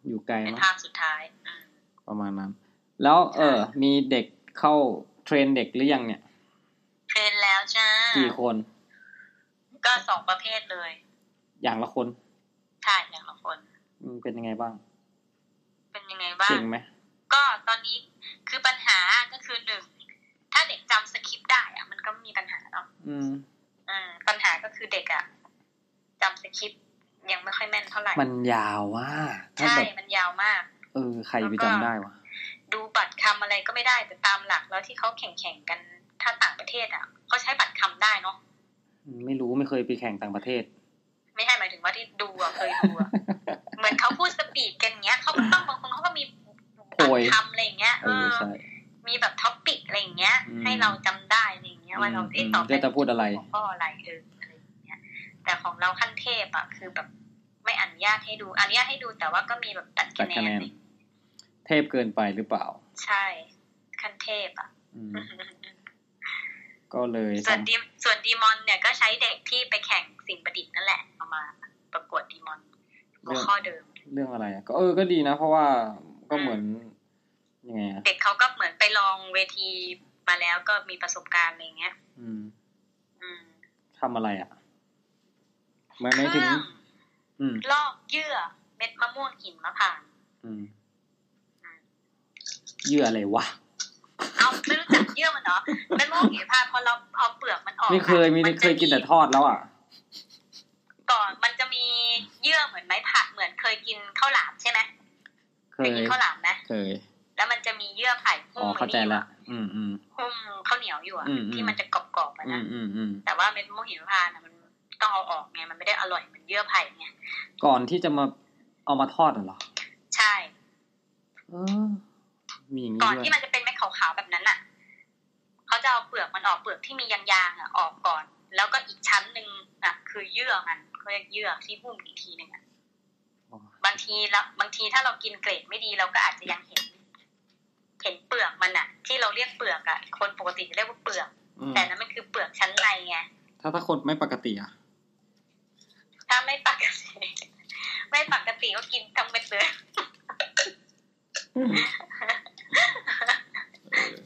อยู่ไกล เป็น มั้ง ภาคสุดท้ายอืม ประมาณนั้น แล้วเออ มีเด็กเข้าเทรนเด็กหรือยังเนี่ย เทรนแล้วจ้า กี่คน ก็สองประเภทเลย อย่างละคน ใช่อย่างละคน อืมเป็นยังไงบ้าง เป็นยังไงบ้า เก่ ง งไหม ก็ตอนนี้คือปัญหาก็คือหนึ่งถ้าเด็กจำสคริปต์ได้อะมันก็มีปัญหาเนาะ อืม อืมปัญหาก็คือเด็กอะจำสคริปต์ยังไม่ค่อยแม่นเท่าไหร่ มันยาวว่าถ้า ใช่ แบบ มันยาวมาก เออ ใครไปจำได้วะ ดูบัตรคำอะไรก็ไม่ได้แต่ตามหลักแล้วที่เขาแข่งๆกันถ้าต่างประเทศอ่ะเขาใช้บัตรคำได้เนาะ ไม่รู้ไม่เคยไปแข่งต่างประเทศ ไม่ใช่หมายถึงว่าที่ดูอ่ะเคยดูอ่ะ เหมือนเขาพูดสปีดกันเงี้ยเขาก็ต้องบางคนเขาก็มี โพ บัต ย รคำอะไรอย่างเงี้ย เอ เอ อ อ ใช่ มีแบบท็อปปิกอะไรอย่างเงี้ย อืม ให้เราจำได้อะไรอย่างเงี้ยว่าเราเอ๊ะ อืม ต่อไป จะพูดอะไร หัวข้ออะไรเอออะไรอย่างเงี้ย แต่ของเราขั้นเทพอ่ะคือแบบไม่อนุญาตให้ดูอนุญาตให้ดูแต่ว่าก็มีแบบตัด ตั คะ ด แน คะ น แนน เทพเกินไปหรือเปล่า ใช่ขั้นเทพอ่ะ อืมก็เลย ส่วน ทำ ดีส่วนดีมอนเนี่ยก็ใช้เด็กที่ไปแข่งสิ่งประดิษฐ์นั่นแหละเอามาประกวดดีมอนหัวข้อเดิม เรื่องอะไรอะก็เออก็ดีนะ เพราะว่าก็เหมือนยังไงอะ เด็กเขาก็เหมือนไปลองเวทีมาแล้วก็มีประสบการณ์อะไรเงี้ย อืม อืม ทำอะไรอ่ะหมาย เค หมายถึง รื่อง อืม ลอกเยื่อเม็ดมะม่วงหินมะผ่าน อืมเหยื่ออะไรวะ เอาไม่รู้จักเยื่อมันเนาะเม็ดมะม่วงหินมะผ่านพอเราเอาเปลือกมันออก ไม่เคยมี นจะ เคยกินแต่ทอดแล้วอ่ะ ก่อนมันจะมีเยื่อเหมือนไม้ผักเหมือนเคยกินข้าวหลามใช่ไหม เค เคย ย กินข้าวหลามไหม เคย แล้วมันจะมีเยื่อไผ่หุ้ อ๋อ ม เข้าใจ ไอ้นี่อยู่ ละ อะ อืมอืม หุ้มข้าวเหนียวอยู่อะ อืมอืม ที่มันจะกรอบๆอะ อื นะ มอืมอืม แต่ว่าเม็ดมะม่วงหิมพานต์อะมันต้องเอาออกไงมันไม่ได้อร่อยเหมือนเยื่อไผ่ไง ก่อนที่จะมาเอามาทอดน่ะเหรอ ใช่ เออ มีอย่างนี้ ก่อน ด้วย ที่มันจะเป็นเม็ดขาวๆแบบนั้นอะเขาจะเอาเปลือกมันออกเปลือกที่มียางๆอะออกก่อน แล้วก็อีกชั้นหนึ่งอะคือเยื่อมันเขาเรียกเยื่อที่หุ้มอีกทีหนึ่งอะ อ๋อบ างทีแล้วบางทีถ้าเรากินเกรดไม่ดีเราก็อาจจะยังเห็น เห็นเปลือกมันอะที่เราเรียกเปลือกอะคนปกติจะเรียกว่าเปลือก อืม แต่นั้นมันคือเปลือกชั้นในไง ถ้าถ้าคนไม่ปกติอ่ะ ถ้าไม่ปกติ ไม่ปกติก็กินทั้งเม็ด เลย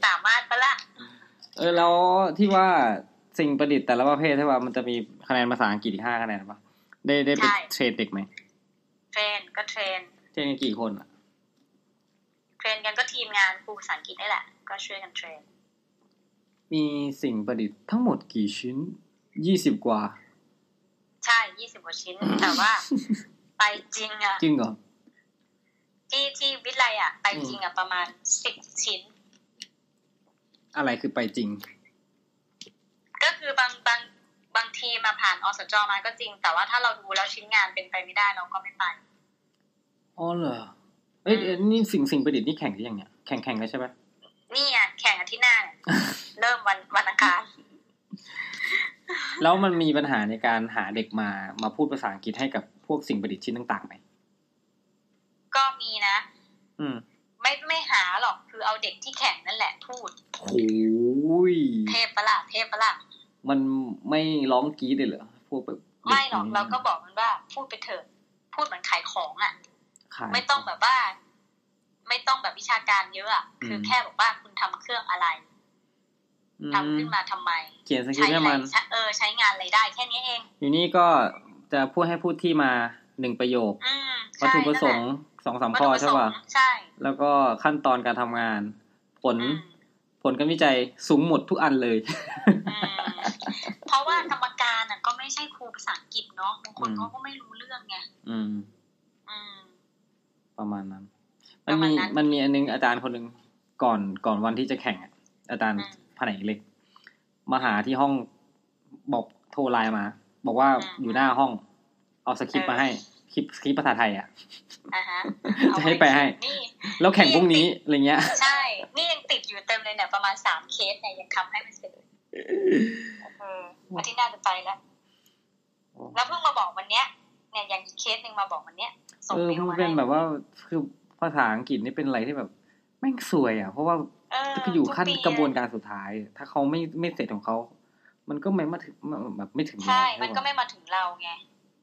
สามารถปะล่ะ เออแล้วที่ว่าสิ่งประดิษฐ์แต่ละประเภทใช่ป่ะมันจะมีคะแนนภาษาอังกฤษอีกห้าคะแนนป่ะได้ได้ไปเทรดเด็กไหม เทรนก็เทรน เทรดกันกี่คนอ่ะ เทรนกันก็ทีมงานครูภาษาอังกฤษนี่แหละ ก็ช่วยกันเทรน มีสิ่งประดิษฐ์ทั้งหมดกี่ชิ้นยี่สิบกว่า ใช่ยี่สิบกว่าชิ้น แต่ ว่า ไปจริงอ่ะ จริงเหรอ ที่ที่วิทย์ไลอ่ะ ไปจริงอ่ะ ประมาณสิบชิ้น อะไรคือไปจริง ก็คือบางบางบางทีมาผ่านอสจมาก็จริง แต่ว่าถ้าเราดูแล้วชิ้นงานเป็นไปไม่ได้เราก็ไม่ไป อ๋อเหรอเอ้ยเอ้ยนี่สิ่งสิ่งประดิษฐ์นี่แข่งหรือยังเนี่ยแข่งแข่งแล้วใช่ปะ นี่อ่ะแข่งอาทิตย์หน้า เนี่ย เริ่มวันวันอังคาร แล้วมันมีปัญหาในการหาเด็กมามาพูดภาษาอังกฤษให้กับพวกสิ่งประดิษฐ์ชิ้นต่างๆไหม ก็มีนะ อืม ไม่ไม่หาหรอกคือเอาเด็กที่แข่งนั่นแหละพูด โอ้ย เทพปะล่ะเทพปะล่ะ มันไม่ร้องกรีดเลยเหรอพวกแบบ ไม่หรอกเราก็บอกมันว่า พูดไปเถอะพูดเหมือนขายของอ่ะ ขาย ไม่ต้องแบบว่า ไม่ต้องแบบวิชาการเยอะอะคือ ม แค่บอกว่าคุณทำเครื่องอะไร อืม ทำขึ้นมาทำไม เขียนสคริ ใช้ ปต์ให้ อะไร มัน ใช้เออ ใช้งานอะไรได้แค่นี้เอง อยู่นี่ก็จะพูดให้พูดที่มาหนึ่งประโยค อืม วัต ใช่ ถุประสง นั่นแหล ค์สองสาม วัต ข้ ถุ อ ประ ใช่ สง ป่ะ ค์ใช่ แล้วก็ขั้นตอนการทำงาน ผล อืม ผลการวิจัยสูงหมดทุกอันเลย อืมเพราะว่ากรรมการอ่ะ ก็ไม่ใช่ครูภาษาอังกฤษเนาะบางคนเขาก็ไม่รู้เรื่องไง อืม อืม ประมาณนั้น ป มันมีระมาณนั้น มันมีอันนึงอาจารย์คนหนึ่งก่อนก่อนวันที่จะแข่งอะอาจารย์ อืม แผนกเล็ก มาหาที่ห้องบอกโทรไลน์มา บอกว่า อืม อยู่หน้าห้อง เอาสคริปต์ เออ มาให้คลิปสคริปต์ภาษาไทยอ่ะ อ่าฮะ จะให้ไปให้ นี่ แล้วแข่งพรุ่งนี้อะไรเงี้ย ใช่ นี่ยังติดอยู่เต็มเลยเนี่ยประมาณสามเคสเนี่ยยังทำให้มันเสร็จเอออาทิตย์หน้าจะไปแล้ว แล้วเพิ่งมาบอกวันเนี้ย เนี่ยยังอีกเคสหนึ่งมาบอกวันเนี้ย ส่ง เออ เมล มัน มา เป็นแบ ให้ บว่าคือภาษาอังกฤษนี่เป็นอะไรที่แบบแม่งสวยอ่ะ เพราะว่า เออ ก็อยู่ขั้น ทุปี กระบวนการสุดท้าย ถ้าเขาไม่ไม่เสร็จของเขา มันก็ไม่มาถึงแบบไม่ถึงเรา ใช่ มันก็ไม่มาถึงเราไง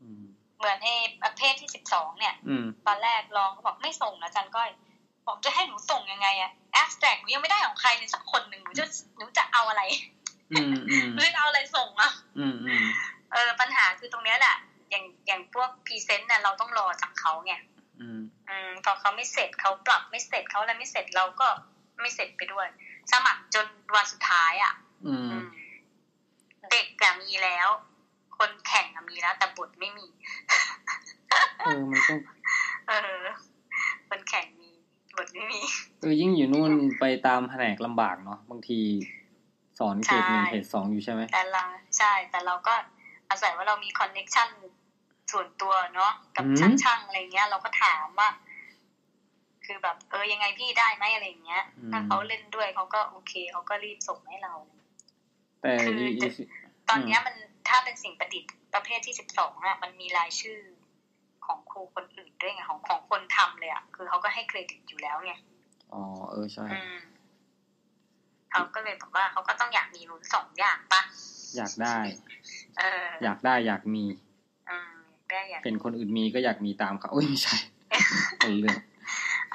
อืม เหมือนไอ้ประเภทที่สิบสองเนี่ย อืม ตอนแรกลองเขาบอกไม่ส่งนะอาจารย์ก้อย บอกจะให้หนูส่งยังไงอะแอสแตกหนูยังไม่ได้ของใครเลยสักคนหนึ่งหนูจะหนูจะเอาอะไร อืมอืม หนูจะเอาอะไรส่งอะ อืมอืม เออปัญหาคือตรงเนี้ยแหละ อย่างอย่างพวกพรีเซนต์น่ะเราต้องรอจากเขาไง อืม อืมพอเขาไม่เสร็จเขาปรับไม่เสร็จเขาอะไรไม่เสร็จเราก็ไม่เสร็จไปด้วย สมัครจนวันสุดท้ายอะ่ะ อืม อืม เด็กอะมีแล้ว คนแข่งอะมีแล้ว แต่บุตรไม่มี เออ มันก็ เออ คนแข่งมีบุตรไม่ มี เออยิ่งอยู่นู่นไปตามแผนกลำบากเนาะบางทีสอนเกรดหนึ่งเกรดสองอยู่ใช่ไหม แต่เราใช่แต่เราก็อาศัยว่าเรามีคอนเน็ชันส่วนตัวเนาะกับช่างช่างๆอะไรเงี้ย เราก็ถามว่า คือแบบ เออยังไงพี่ได้ไหมอะไรเงี้ย อืม ถ้าเขาเล่นด้วยเขาก็โอเคเขาก็รีบส่งให้เรา แต่ คือ อี ตอนเนี้ยมันถ้าเป็นสิ่งประดิษฐ์ประเภทที่สิบสองอะมันมีรายชื่อของครูคนอื่นด้วยไงของของคนทำเลยอะคือเขาก็ให้เครดิตอยู่แล้วไง อ๋อเออใช่ อืมเขาก็เลยบอกว่าเขาก็ต้องอยากมีลุ้นสองอย่างปะ อยากได้ เออ อยากได้อยากมี อืมได้อย่าง เป็นคนอื่นมีก็อยากมีตามเขาโอ้ยไม่ใช่ คนเลือก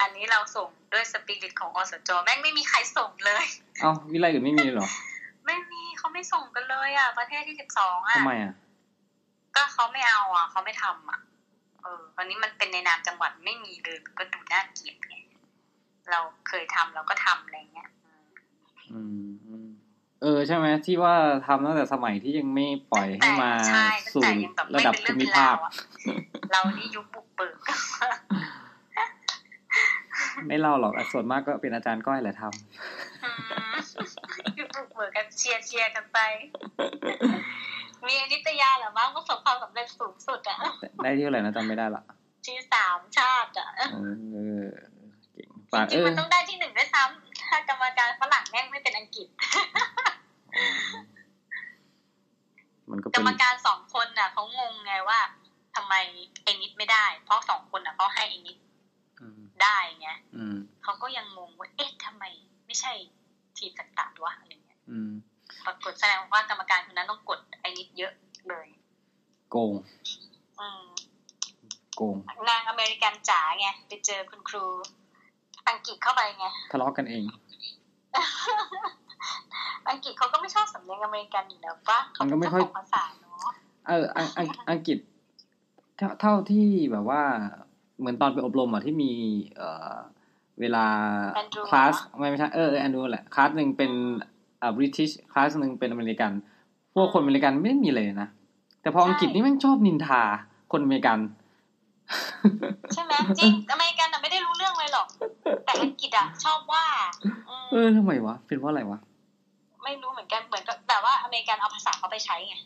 อันนี้เราส่งด้วยสปิริตของอสจแม่งไม่มีใครส่งเลย เอ้าวิไลอื่นไม่มีเลยเหรอ ไม่มีเขาไม่ส่งกันเลยอ่ะ ประเทศที่สิบสองอ่ะ ทำไมอ่ะ ก็เขาไม่เอาอ่ะเขาไม่ทำอ่ะ เออตอนนี้มันเป็นในนามจังหวัดไม่มีเลยมันก็ดูน่าเกลียดไงเราเคยทำเราก็ทำอะไรเงี้ยอืม อืมอืมเออใช่ไหมที่ว่าทำตั้งแต่สมัยที่ยังไม่ปล่อยให้มา ใช่ตั้ง สู่ แต่ยังแบบ ระ ไม่ ดับ เป็นภูมิเรื่องเป็นรา ภาคว อ่ะเรานี่ยุคบุกเบิก ไม่เล่าหรอกอ่ะส่วนมากก็เป็นอาจารย์ก้อยแหละทำ อืมอยู่ปลุกเบิกกันเชียร์เชียร์กันไป มีอนิตยาเหรอบ้างประสบความสำเร็จสูงสุดอะ ได้ที่เท่าไหร่นะจำไม่ได้ ละ ที่สามชาติอะ เออเก่งปาก จ เอ ริงอๆมันต้องได้ที่หนึ่งด้วยซ้ำถ้ากรรมการฝรั่งแม่งไม่เป็นอังกฤษ มันก็ ก เป็ ร น รมการสองคนน่ะเขางงไงว่าทำไมเอนิดไม่ได้ เพราะสองคนน่ะเขาให้เอนิด อืม ได้ไง อืม เขาก็ยังงงว่าเอ๊ะทำไมไม่ใช่ทีมสักตัดวะอะไรเงี้ย อืม ปรากฏแสดงว่ากรรมการคนนั้นต้องกดไอนิดเยอะเลย โกง อืม โกง นางอเมริกันจ๋าไงไปเจอคุณครู อังกฤษเข้าไปไง ทะเลาะกันเอง อังกฤษเขาก็ไม่ชอบสำเนียงอเมริกันอยู่แล้วปะเขาเป็นเจ้าของภาษาเนาะ เอออังอังอังกฤษเท่าเท่าที่แบบว่า เหมือนตอนไปอบรมอ่ะที่มี เออเวลาคลาสไม่ไม่ใช่เออเออแอนดรูแหละคลาสหนึ่งเป็นอ่าบริทิชคลาสหนึ่งเป็นอเมริกัน พวกคนอเมริกันไม่มีเลยนะ แต่พออังกฤษนี่แม่งชอบนินทาคนอเมริกัน ใช่ไหมจริงอเมริกันน่ะไม่ได้รู้เรื่องเลยหรอก แต่อังกฤษอะชอบว่าอืม เออทำไมวะเป็นเพราะอะไรวะ ไม่รู้เหมือนกันเหมือนกับแต่ว่าอเมริกันเอาภาษาเขาไปใช้ไง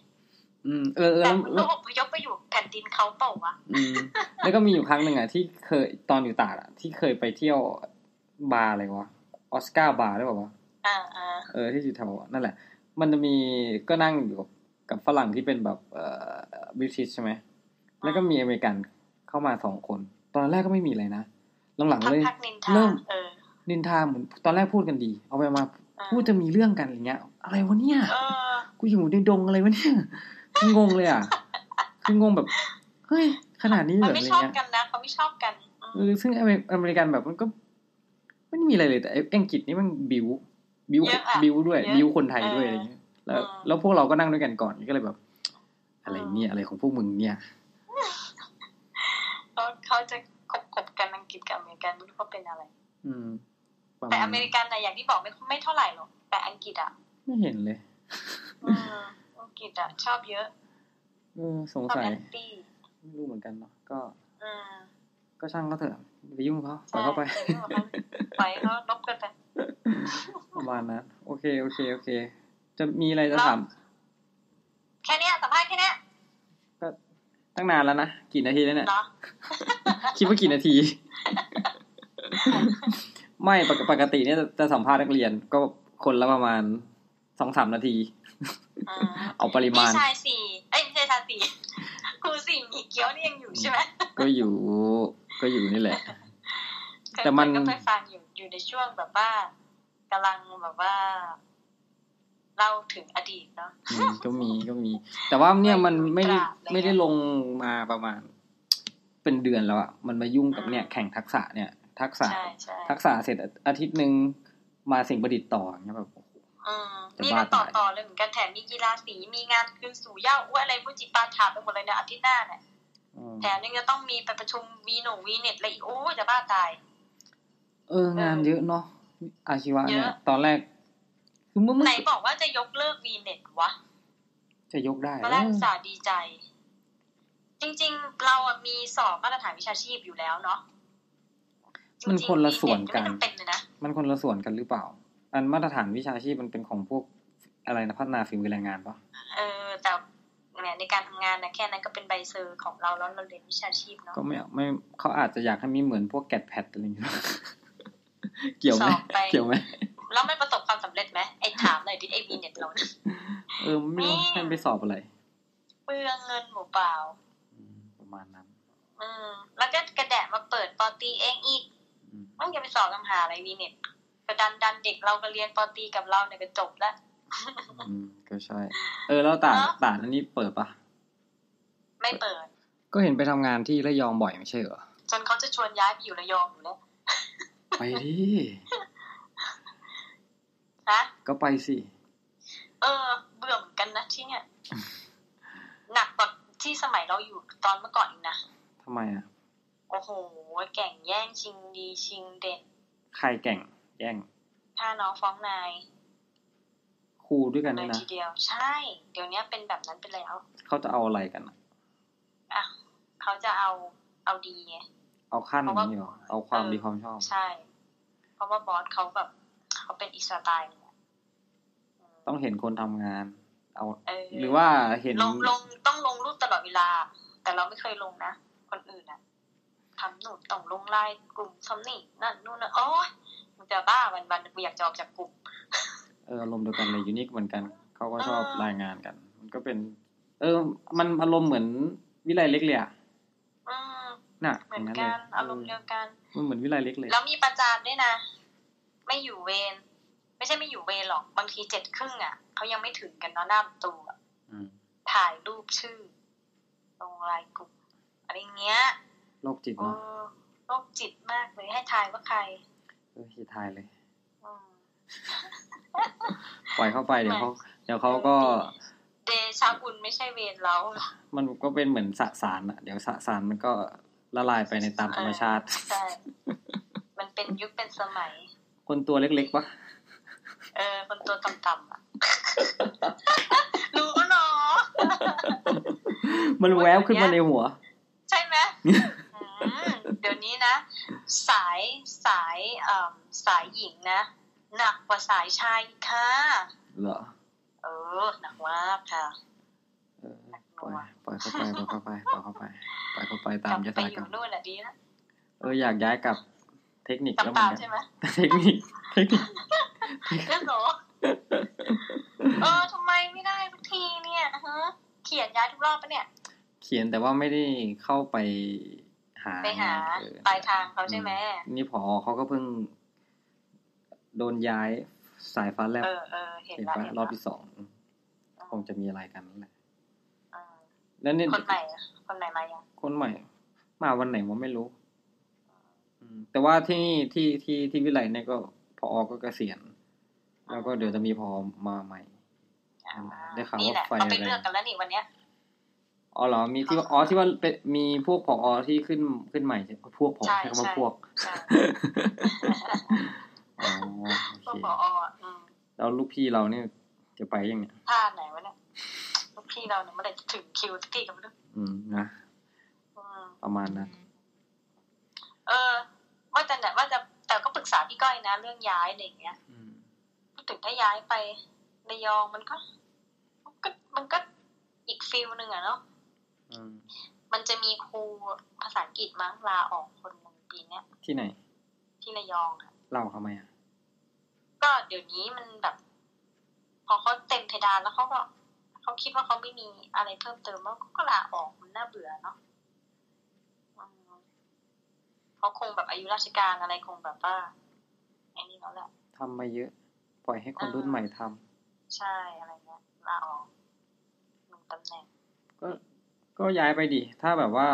อืมเออเออ แต่ แล้ว มัน แล้ ก็ ว อพยพไปอยู่แผ่นดินเขาเปล่าวะ อืมแล้วก็มีอยู่ครั้งหนึ่งอ่ะที่เคยตอนอยู่ตราดอ่ะที่เคยไปเที่ยวบาร์อะไรวะออสการ์บาร์ได้ป่าววะ เออเออ เออที่อยู่แถวนั่นแหละ มันจะมีก็นั่งอยู่กับฝรั่งที่เป็นแบบเอ่อบริทิชใช่ไหมแล้วก็มีอเมริกันเข้ามาสองคน ตอนแรกก็ไม่มีอะไรนะหลังๆ พัก เลย พักนินทา เริ่ม เออ นินทาเหมือนตอนแรกพูดกันดี เอาไปมา เออ พูดจะมีเรื่องกันอะไรเงี้ย อะไรวะเนี่ย เออ กูอยู่ในดงอะไรวะเนี่ยคืองงเลยอ่ะคืองงแบบเฮ้ยขนาดนี้ มั เหร น อ ไม่ อะไร ชอบ เงี้ย กันนะเขาไม่ชอบกันอื เออมซึ่งอเมริอเมริกันแบบมันก็ไม่มีอะไรเลยแต่ไอ้อังกฤษนี่มันบิว บิวบิวด้วย บิวคนไทยด้วยอะไรเงี้ยแล้วแล้วพวกเราก็นั่งด้วยกันก่อนก็เลยแบบ อะไรเนี่ยอะไรของพวกมึงเนี่ย เขาเขาจะคบคบกันอังกฤษกับอเมริกันไม่รู้เขาเป็นอะไร อืมประ แต่ มาณ อเมริกันนะอย่างที่บอกไม่ไม่เท่าไหร่หรอกแต่อังกฤษอ่ะ ไม่เห็นเลย อืมอังกฤษอ่ะชอบเยอะ เออสง ชอบ สัย แอนตี้ ไม่รู้เหมือนกันเนาะก็ อืม ก็ช่างเขาเถอะไปยุ่งเขาปล่อยเข้าไป ใช่เดี๋ยวเขาปล่อยเขาลบกันไป ประมาณนั้นโอเคโอเคโอเค จะมีอะไรจะถาม แค่เนี้ยสัมภาษณ์แค่เนี้ย ตั้งนานแล้วนะ กี่นาทีแล้วเนี่ย เนาะ คิดว่ากี่นาที ไม่ปกปกติเนี่ยจะสัมภาษณ์นักเรียนก็คนละประมาณสองสามนาที อืม เอาปริมา พี่ ณ ชายสี่เอ้ยพี่ชายสี่ ครูสี่หมีเกี้ยวนี่ยังอยู่ใช่ไหม ก็อยู่ ก็อยู่นี่แหละ แต่มัน เคยก็ไปฟังอยู่อยู่ในช่วงแบบว่ากำลังแบบว่าเล่าถึงอดีตเนาะ อืมก็มีก็มี แต่ว่าเนี่ยมันไม่ได้ กราบอะไรเงี้ย ไม่ได้ลงมาประมาณ เป็นเดือนแล้วอ่ะมันมายุ่งกับ อืม เนี่ย แข่งทักษะเนี่ย ทักษะ ใช่ใช่ ทักษะเสร็จอาทิตย์หนึ่งมาสิ่งประดิษฐ์ต่อเนี่ยแบบ อืม จะ นี่ บ้า ก็ต่อ ตาย ต่อเลยเหมือนกันแถมมีกีฬาสีมีงานคืนสู่เหย้าอ้วนอะไรมูจิปาถาไปหมดเลยเนี่ยอาทิตย์หน้าเนี่ย อืม แถมยังจะต้องมีไปประชุมวีหนุ่มวีเน็ตอะไรอีกโอ้ยจะบ้าตาย เอองานเยอะเนาะอาชีวะเนี่ เย ย อะ ตอนแรก คือเมื่อเมื่อ ไหนบอกว่าจะยกเลิกวีเน็ตวะ จะยกได้ ตอนแรกอุตส่าห์ดีใจ จริง ๆ เราอะมีสอบมาตรฐานวิชาชีพอยู่แล้วเนาะ มันคนละส่วนกัน จริงๆมีเด็ไม่จำเป็นเลยนะ มันคนละส่วนกันหรือเปล่า อันมาตรฐานวิชาชีพมันเป็นของพวกอะไรนะพัฒนาฝีมือแรงงานปะ เออแต่แหมในการทำงานนะแค่นั้นก็เป็นใบเซอร์ของเราแล้วเราเรียนวิชาชีพเนาะ ก็ไม่ไม่เขาอาจจะอยากให้มีเหมือนพวกแกดแพดอะไรอย่างเงี้ย เกี่ยว ส ไหม อบไป เกี่ยวไหม แล้วไม่ประสบความสำเร็จไหมไอ้ถามหน่อยดิไอ้บีเน็ตเราเนี่ย เออไม่รู้ให้มันไปสอบอะไร เปลืองเงินหมูเปล่า อืมประมาณนั้น อืมแล้วก็กระแดะมาเปิดปอตรีเองอีก อืม มันจะไปสอบลำหาอะไรวีเน็ตก็ดันดันเด็กเราก็เรียนปอตรีกับเราเนี่ยก็จบแล้ว อืมก็ใช่ เออ แล้วต่าน เนอะ ต่านอันนี้เปิดปะ ไม่เปิด ก็เห็นไปทำงานที่ระยองบ่อยไม่ใช่เหรอ จนเขาจะชวนย้ายไปอยู่ระยองอยู่แล้ว ไปดิ นะ ก็ไปสิ เออ เบื่อเหมือนกันนะที่เนี่ยหนักกว่าที่สมัยเราอยู่ตอนเมื่อก่อนอีกนะ ทำไมอ่ะ โอ้โหแก่งแย่งชิงดีชิงเด่น ใครแก่งแย่ง ถ้าน้องฟ้องนาย ครูด้วยกัน เล เนี่ย ยนะ ทีเดียว ใช่ เดี๋ยวนี้เป็นแบบนั้นไปแล้ว เขาจะเอาอะไรกันอะ อ่ะเขาจะเอาเอาดีไง เอาขั้นนี้เหรอเอาความดีความชอบ ใช่ เพราะว่าบอสเขาแบบเขาเป็นอิสระตายเนี่ย ต้องเห็นคนทำงาน เอา เออ หรือว่าเห็น ลงลงต้องลงรูปตลอดเวลา แต่เราไม่เคยลงนะ คนอื่นอะทำหนูนต้องลงไลน์กลุ่มทำนี่นั่นนู่นนะโอ้ยมึงจะบ้าวันวันๆกูอยากจะออกจากกลุ่ม เอออารมณ์เดียวกันเลยยูนิคเหมือนกัน เขาก็ชอบ เออ รายงานกัน มันก็เป็น เออ มันอารมณ์เหมือนวิไลเล็กเลยอะ อืม น่ะ เหมือน ย่ง กัน ล อารมณ์เดียวกัน มันเหมือนวิไลเล็กเลย แล้วมีประจานด้วยนะ ไม่อยู่เวรไม่ใช่ไม่อยู่เวรหรอก บางทีเจ็ดครึ่งอะเขายังไม่ถึงกันเนาะหน้าประตูอะ อืม ถ่ายรูปชื่อลงไลายกลุ่มอะไรเงี้ย โรคจิต เอ เนาะ อโรคจิตมากเลยให้ทายว่าใคร เออขี้ทายเลย อืม ปล่อยเข้าไปเดี๋ยว ไม่ เขาเดี๋ยวเขาก็ เดชาบุญไม่ใช่เวรเรา มันก็เป็นเหมือนสสารอะเดี๋ยวสสารมันก็ละลายไปในตามธรรมชาติ ใช่มันเป็นยุคเป็นสมัย คนตัวเล็กๆปะ เออ คนตัวต่ำๆอ่ะ รู้ก็เนาะ มันแวบขึ้นมาในหัว ใช่ไหมอืมเดี๋ยวนี้นะ สายสายเอ่อสายหญิงนะ หนักกว่าสายชายอีกค่ะ เหรอ เออ หนักมากค่ะ เออปล่อยปล่อยเข้า ไปปล่อยเข้าไปปล่อยเข้าไปปล่อยเข้าไป ก ตา ลั ม บ ย ไป ถา อก รรม ยู่นู่นแหละดีนะ เอออยากย้ายกลับเทคนิคแล้ว จำ เหมื เป อ ล่าน กั ใช่ น ไหม เทคนิคเทคนิค เรื่องหรอเออทำไมไม่ได้สักทีเนี่ยนะฮะเขียนย้ายทุกรอบปะเนี่ย เขียนแต่ว่าไม่ได้เข้าไปหา ไปหา เออ ปลายทางเขาใช่ไหม อืนี่พอเขาก็เพิ่ง โดนย้ายสายฟ้าแลบ เออเออเห็น เห็น ละ ปะ เห็น ร ละ อบที่สองอืมคงจะมีอะไรกันนั่นแหละ เออ แล้วเนี่ย คนใหม่อะคนใหม่มายัง คนใหม่ มาวันไหนวะไม่รู้ อืม แต่ว่าที่นี่ที่ที่ที่วิไลเนี่ยก็พอก็เกษียณแล้วก็เดี๋ยวจะมีพอมาใหม่ อ่า ได้ข่าว นี่แหละ ว่าไฟ เขาไป แรง เลือกกันแล้วนี่วันเนี้ย อ๋อเหรอ มีที่ว่าอ๋อที่ว่าเป็นมีพวกผอที่ขึ้นขึ้นใหม่ใช่พวกผอ ใช่ ใช้คำว่า ใช่ พวก ใช่ อ๋อโอพวก เค บออะอืม แล้วลูกพี่เราเนี่ยจะไปยังเนี่ย พลาดไหนวะเนี่ยลูกพี่เราเนี่ยเมื่อไหร่จะถึงคิวสักทีกันไม่รู้ อืมนะ อืม ประมาณนั้น เออ ว่าแต่เนี่ยว่าจะแต่ก็ปรึกษาพี่ก้อยนะ เรื่องย้ายอะไรอย่างเงี้ย อืม ถึงถ้าย้ายไประยองมันก็มันก็ มันก็อีกฟิลหนึ่งอะเนาะ อืม มันจะมีครูภาษาอังกฤษมั้งลาออกคนหนึ่งปีเนี้ย ที่ไหน ที่ระยองอะ เล่าทำไมอ่ะ ก็เดี๋ยวนี้มันแบบ พอเขาเต็มเพดานแล้วเขาก็เขาคิดว่าเขาไม่มีอะไรเพิ่มเติมแล้วเขาก็ลาออกมันน่าเบื่อเนาะอืมเขาคงแบบอายุราชการอะไรคงแบบว่าไอ้นี่แล้วแหละ ทำมาเยอะ ปล่อยให้คนรุ่นใหม่ทำ ใช่อะไรเงี้ยลาออกหนึ่งตำแหน่ง ก็ก็ย้ายไปดิถ้าแบบว่า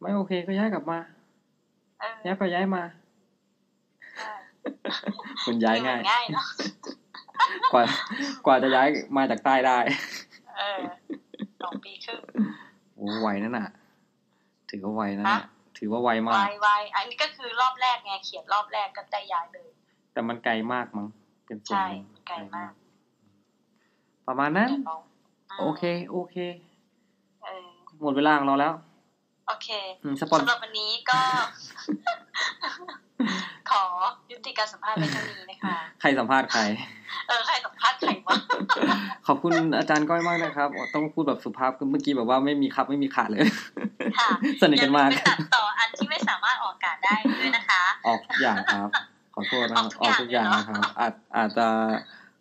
ไม่โอเคก็ย้ายกลับมา เออ ย้ายไปย้ายมา ใช่ คุณย้ายง่าย อง่ายเนาะ กว่ากว่าจะย้ายมาจากใต้ได้ เออสองปีครึ่ง โอ้ไวนั่นน่ะ ถือว่าไวนั่นน่ะ ฮะ ถือว่าไวมาว าก ยวายอันนี้ก็คือรอบแรกไงเขียนรอบแรกก็ได้ย้ายเลย แต่มันไกลมากมั้งเป็นส่วน ใช่ หนึ่ง ไกลมาก ประมาณนั้น เดี๋ยวลอง โอเค โอเค เออ หมดเวลาของเราแล้ว โอเค อืมสปอน สำหรับวันนี้ก็ ขอยุติการสัมภาษณ์ไว้เท่านี้นะคะ ใครสัมภาษณ์ใคร เออใครสัมภาษณ์ใคร วะ ขอบคุณอาจารย์ก้อยมากนะครับโอ้ต้องพูดแบบสุภาพเมื่อกี้แบบว่าไม่มีครับไม่มีขาดเลย ค่ะ สนิทกันมาก อย่ลืไปตัดต่ออันที่ไม่สามารถออกอากาศได้ด้วยนะคะ ออกทุกอย่างครับ ขอโทษนะครับ อ อ อ อก กทุ ทุก กอย่อา ย่าง ง นะครับ อาจอาจจะ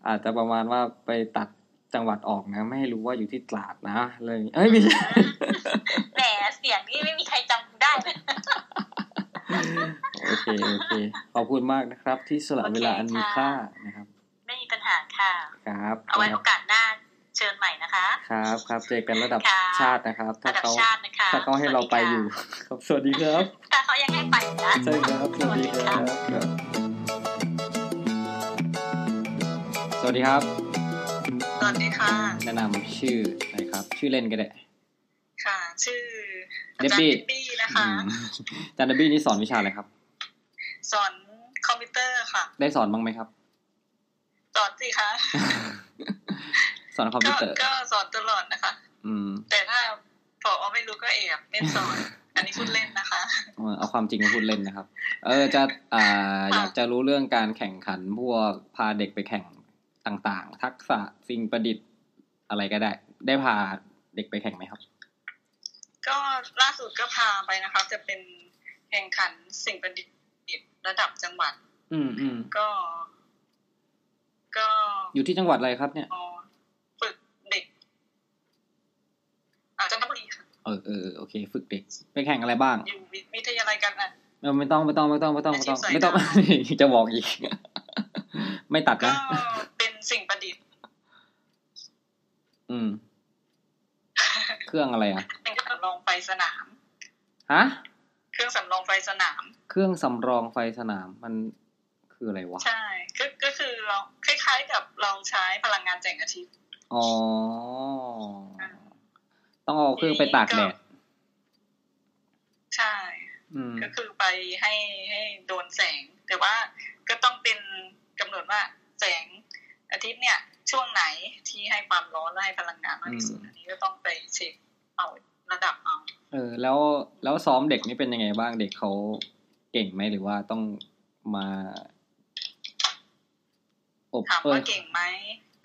อาจจะประมาณว่าไปตัดจังหวัดออกนะ ไม่ให้รู้ว่าอยู่ที่ตราดนะอะไรอย่างงี้เอ้ยไม่ใช่ แหมเสียงนี่ไม่มีใครจำได้เลย โอเคโอเค ขอบคุณมากนะครับ ที่สละ โอเค เวลาอันมี ค่ะ ค่านะครับ ไม่มีปัญหาค่ะ ครับ เอาไว้ ครั โอบ กาสหน้าเชิญใหม่นะคะ ครับครับเจอกันระดับ ค่ะ ชาตินะครับ ถ้า ระดับ เขา ชาตินะคะ ถ้าเขาให้เราไปอยู่ ครับ สวัสดีครับ แต่เขายังให้ไปนะ ใช่ครับสวัสดีครับครับสวัสดีครับ สวัสดีค่ะ แนะนำชื่อหนะครับ ชื่อเล่นก็ได้ ค่ะ ชื่อ เดบบี้ อาจารย์บี้นะคะ อืมอาจารย์ดับบี้นี่สอนวิชาอะไรครับ สอนคอมพิวเตอร์ค่ะ ได้สอนบ้างไหมครับ สอนสิคะ สอนคอมพิ ก็ วเตอร์ ก็สอนตลอดนะคะ อืม แต่ถ้าพอไม่รู้ก็แอบไม่สอน อันนี้พูดเล่นนะคะ เอาความจริงมาพูดเล่นนะครับ เออจะอ่าอยากจะรู้เรื่องการแข่งขันพวกพาเด็กไปแข่งต่างๆ ทักษะสิ่งประดิษฐ์อะไรก็ได้ ได้พาเด็กไปแข่งไหมครับ ก็ล่าสุดก็พาไปนะคะ จะเป็นแข่งขันสิ่งประดิษฐ์ระดับจังหวัด อืมอืม ก็ ก็ อยู่ที่จังหวัดอะไรครับเนี่ย ฝึกเด็กอาจันทบุรีค่ะ เออเออโอเค ฝึกเด็ก ไปแข่งอะไรบ้าง อยู่วิทยาลัยการอ่ะ เออไม่ต้องไม่ต้องไม่ต้องไม่ต้องไม่ต้องไม่ต้อง จะบอกอีก ไม่ตัด ก็ นะ เป็นสิ่งประดิษฐ์ อืม เครื่องอะไรอ่ะ เป็นเครื่องสำรองไฟสนาม ฮะ เครื่องสำรองไฟสนาม เครื่องสำรองไฟสนามมันคืออะไรวะ ใช่ ก็ก็คือเราคล้ายๆกับเราใช้พลังงานแสงอาทิตย์ อ๋อ ต้องเอาเครื่องไปตากแดด ใช่ อืม ก็คือไปให้ให้โดนแสง แต่ว่าก็ต้องเป็นกำหนดว่าแสงอาทิตย์เนี่ย ช่วงไหนที่ให้ความร้อนและให้พลังงานมากที่สุด อืม อันนี้ก็ต้องไปเช็คเอาระดับเอา เออ แล้วแล้วซ้อมเด็กนี่เป็นยังไงบ้างเด็กเขาเก่งไหมหรือว่าต้องมา อบ ถาม เออ ว่าเก่งไหม